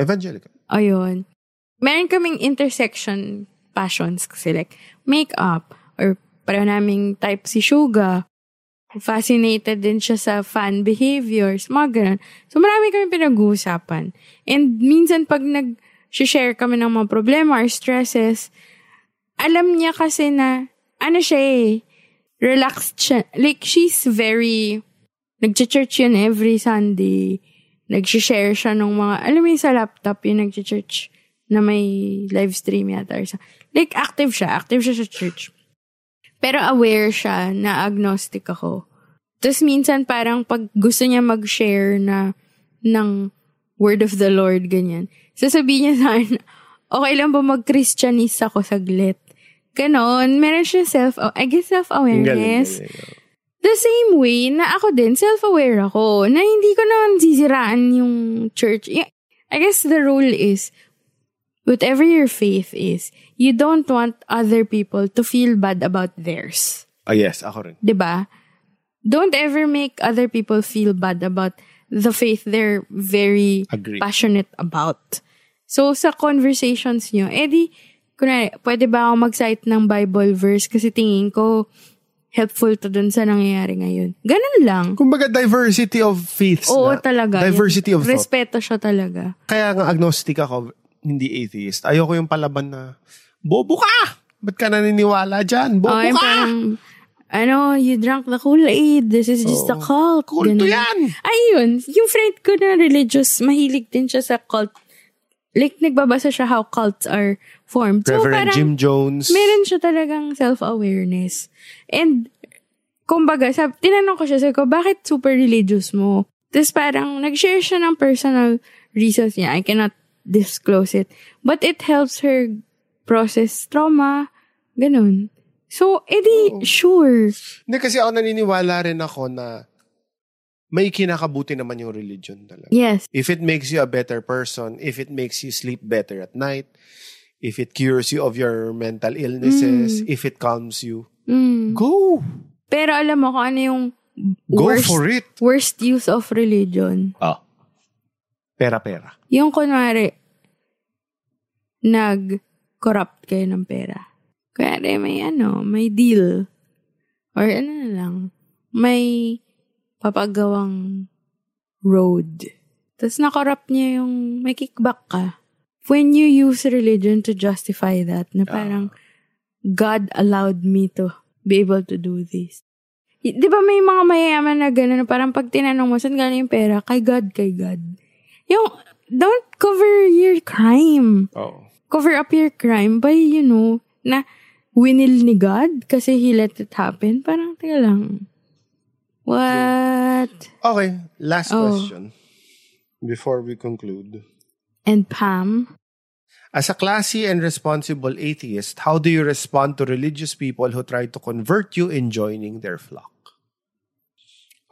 S2: Evangelical?
S3: Ayun. Meron kaming intersection passions kasi like makeup or pareho naming type si Suga. Fascinated din siya sa fan behaviors, mga ganun. So marami kami pinag-uusapan. And minsan pag nag-share kami ng mga problema or stresses, alam niya kasi na ano siya eh, relaxed siya. Like she's very Nag-church yun every Sunday. Nag-share siya ng mga, alam mo yung sa laptop, yung nag-church na may live stream yata. Or sa, like, active siya. Active siya sa church. Pero aware siya na agnostic ako. Tapos minsan parang pag gusto niya mag-share na ng word of the Lord, ganyan. Sasabihin niya sa akin, okay lang ba mag-Christianist ako saglit? Ganon. Meron siya self, I guess
S2: Ang
S3: self-awareness.
S2: galing, galing.
S3: The same way na ako din, self-aware ako, na hindi ko naman ziziraan yung church. Y- I guess the rule is, whatever your faith is, you don't want other people to feel bad about theirs.
S2: Ah, yes, ako rin.
S3: 'Di ba? Don't ever make other people feel bad about the faith they're very
S2: Agree.
S3: passionate about. So, sa conversations nyo, edi, kunwari, pwede ba ako mag-cite ng Bible verse kasi tingin ko helpful to dun sa nangyayari ngayon. Ganun lang.
S2: Kumbaga, diversity of faiths.
S3: Oo
S2: na.
S3: talaga.
S2: Diversity of
S3: Yun.
S2: thought.
S3: Respeto siya talaga.
S2: Kaya nga agnostic ako, hindi atheist. Ayoko yung palaban na, bobo ka! Ba't ka naniniwala dyan? Bobo
S3: Oh, I'm
S2: ka!
S3: parang, ano, you drank the Kool-Aid. This is just a cult.
S2: Kulto
S3: Ganun.
S2: yan!
S3: Ayun, yung friend ko na religious, mahilig din siya sa cult. Like, nagbabasa siya how cults are formed. So,
S2: Reverend
S3: parang,
S2: Jim Jones.
S3: meron siya talagang self-awareness. And, kumbaga, sab, tinanong ko siya, sabi ko, bakit super religious mo? Tapos parang, nag-share siya ng personal reasons niya. I cannot disclose it. But it helps her process trauma. Ganun. So, edi,
S2: Oh.
S3: sure.
S2: Hindi kasi ako naniniwala rin ako na may kinakabuti naman yung religion talaga.
S3: Yes.
S2: If it makes you a better person, if it makes you sleep better at night, if it cures you of your mental illnesses, if it calms you, go!
S3: Pero alam mo kung ano yung
S2: Go
S3: worst,
S2: for it.
S3: worst use of religion.
S2: Ah. Pera-pera.
S3: Yung kunwari, nag-corrupt kayo ng pera. Kunwari may ano, may deal. Or ano na lang, may papagawang road. Tapos na-corrupt niya yung may kickback ka. When you use religion to justify that, na parang, God allowed me to be able to do this. Y- Di ba may mga mayayaman na gano'n, na parang pag tinanong mo, saan galing yung pera? Kay God, kay God. Yung, don't cover your crime.
S2: Oo.
S3: Cover up your crime by, you know, na winil ni God kasi He let it happen. Parang, teka lang. What?
S2: Okay, last
S3: Oh.
S2: question. Before we conclude.
S3: And Pam?
S2: As a classy and responsible atheist, how do you respond to religious people who try to convert you in joining their flock?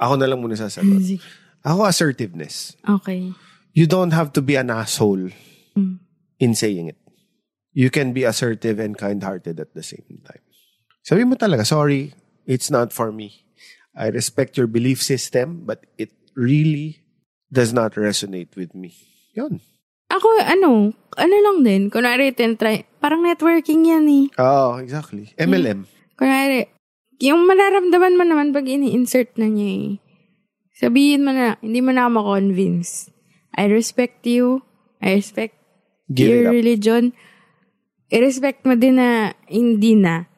S2: Ako na lang muna sasagot.
S3: Sige.
S2: Ako assertiveness.
S3: Okay.
S2: you don't have to be an asshole
S3: Hmm.
S2: in saying it. You can be assertive and kind-hearted at the same time. Sabi mo talaga, sorry, it's not for me. I respect your belief system, but it really does not resonate with me. Yun.
S3: Ako, ano, ano lang din. Kunwari, tinry, parang networking yan eh.
S2: Oh, exactly.
S3: Hmm.
S2: MLM.
S3: Kunwari, yung mararamdaman mo naman pag ini-insert na niya eh. Sabihin mo na, hindi mo na ako ma-convince. I respect you. I respect
S2: Give it
S3: your
S2: up.
S3: religion. I-respect mo din na hindi na.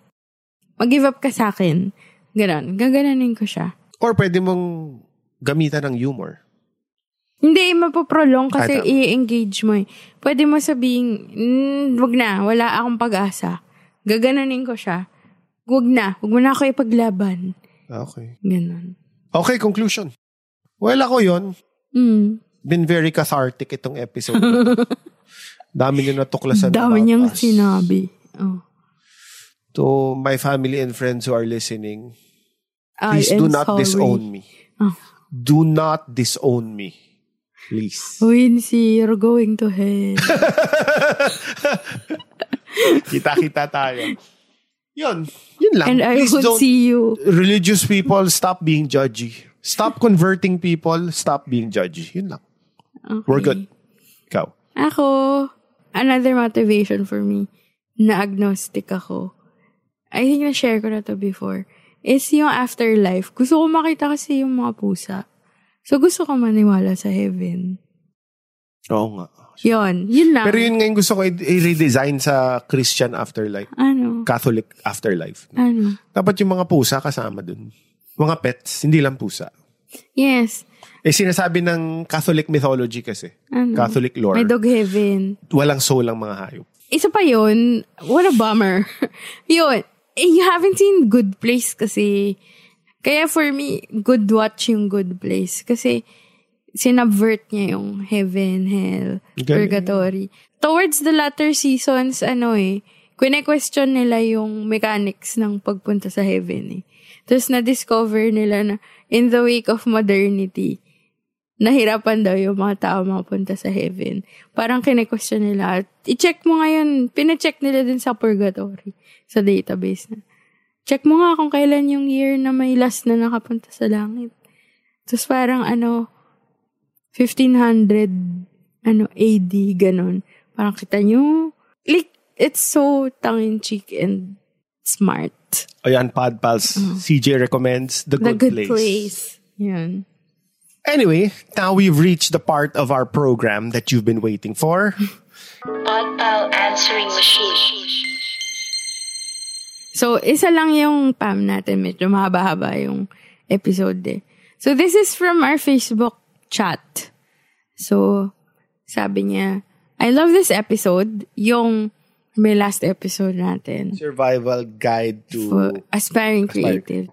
S3: Mag-give up ka sa akin. Ganon. Gagananin ko siya.
S2: Or pwede mong gamitan ng humor.
S3: Hindi, mapoprolong
S2: Ah, tama.
S3: kasi i-engage mo eh. Pwede mo sabihin, mm, wag na, wala akong pag-asa. Gagananin ko siya. Wag na, wag mo na ako ipaglaban.
S2: Okay.
S3: Ganon.
S2: Okay, conclusion. Well, ako yon
S3: Mm.
S2: Been very cathartic itong episode. Dami niyo natuklasan
S3: Dami
S2: about
S3: niyang
S2: us.
S3: sinabi. Oh.
S2: to my family and friends who are listening,
S3: I
S2: please do
S3: am
S2: not
S3: sorry.
S2: disown me.
S3: Oh.
S2: Do not disown me. Please.
S3: Wincy, you're going to hell.
S2: Kita-kita tayo. Yun. Yun lang.
S3: And I
S2: Please
S3: would
S2: don't-
S3: see you.
S2: Religious people, stop being judgy. Stop converting people, stop being judgy. Yun lang. We're good. Ikaw.
S3: Ako, another motivation for me na agnostic ako. I think na-share ko na to before. Is yung afterlife. Gusto ko makita kasi yung mga pusa. So, gusto ko maniwala sa heaven.
S2: Oo nga.
S3: Yon, yun lang.
S2: Pero yun ngayon gusto ko i- i-redesign sa Christian afterlife.
S3: Ano?
S2: Catholic afterlife.
S3: Ano?
S2: Dapat yung mga pusa kasama dun. Mga pets, hindi lang pusa.
S3: Yes.
S2: Eh, sinasabi ng Catholic mythology kasi.
S3: Ano?
S2: Catholic lore.
S3: May dog heaven.
S2: Walang soul ang mga hayop.
S3: isa pa yun, what a bummer. yun, eh, you haven't seen Good Place kasi. Kaya for me, good watch yung Good Place. Kasi sinubvert niya yung heaven, hell,
S2: Galing.
S3: purgatory. Towards the latter seasons, ano eh, question nila yung mechanics ng pagpunta sa heaven eh. Tapos na-discover nila na in the wake of modernity, nahirapan daw yung mga tao mapunta sa heaven. Parang kine-question nila. At I-check mo ngayon, pina-check nila din sa purgatory, sa database na. Check mo nga kung kailan yung year na may last na nakapunta sa langit. Tapos parang ano, 1500 ano, AD, ganun. Parang kita nyo, like, it's so tongue-in-cheek and smart.
S2: Ayan, Pod Pals. CJ recommends The
S3: Mm-hmm. The
S2: Good,
S3: good
S2: Place.
S3: place. Yun.
S2: Anyway, now we've reached the part of our program that you've been waiting for.
S6: Oddball answering machine.
S3: So, isa lang yung PAM natin. Medyo mahaba-haba yung episode eh. So, this is from our Facebook chat. So, sabi niya, I love this episode. Yung may last episode natin
S2: Survival Guide
S3: for
S2: to... aspiring.
S3: aspiring creative.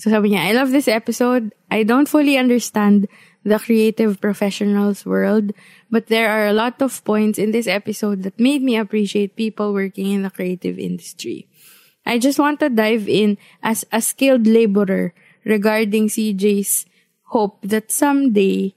S3: So sabi niya, I love this episode. I don't fully understand the creative professionals world, but there are a lot of points in this episode that made me appreciate people working in the creative industry. I just want to dive in as a skilled laborer regarding CJ's hope that someday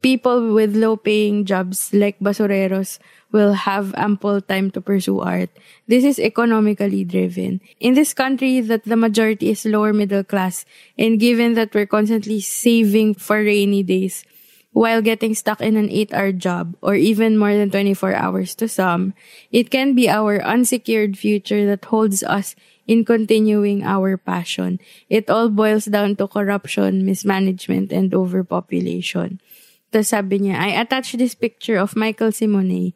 S3: people with low paying jobs like basureros will have ample time to pursue art. This is economically driven. In this country that the majority is lower middle class and given that we're constantly saving for rainy days while getting stuck in an 8 hour job or even more than 24 hours to some, it can be our unsecured future that holds us in continuing our passion. It all boils down to corruption, mismanagement, and overpopulation. Tapos sabi niya, I attached this picture of Michael Simone,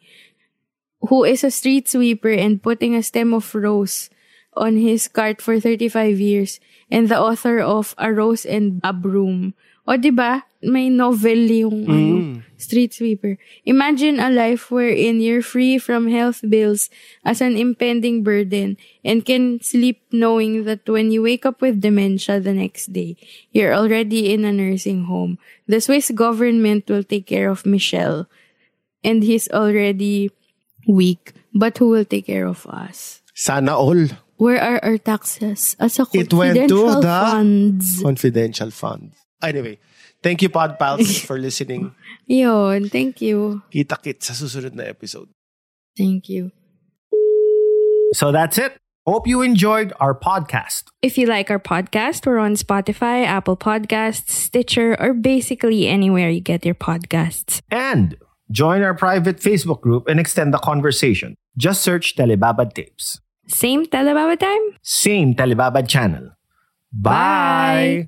S3: who is a street sweeper and putting a stem of rose on his cart for 35 years, and the author of A Rose and a Broom, O, di ba? May novel yung ano, street sweeper. Imagine a life wherein you're free from health bills as an impending burden and can sleep knowing that when you wake up with dementia the next day, you're already in a nursing home. The Swiss government will take care of Michel and he's already weak, but who will take care of us?
S2: Sana all.
S3: Where are our taxes? As a
S2: It went to
S3: confidential
S2: the-
S3: funds.
S2: Confidential fund. Anyway, thank you Pod Pals for listening.
S3: Yun, thank you.
S2: Kita-kit sa susunod na episode.
S3: Thank you.
S7: So that's it. Hope you enjoyed our podcast.
S3: If you like our podcast, we're on Spotify, Apple Podcasts, Stitcher, or basically anywhere you get your podcasts.
S7: And join our private Facebook group and extend the conversation. Just search Telebabad Tapes.
S3: Same Telebaba time?
S7: Same Telebabad channel. Bye.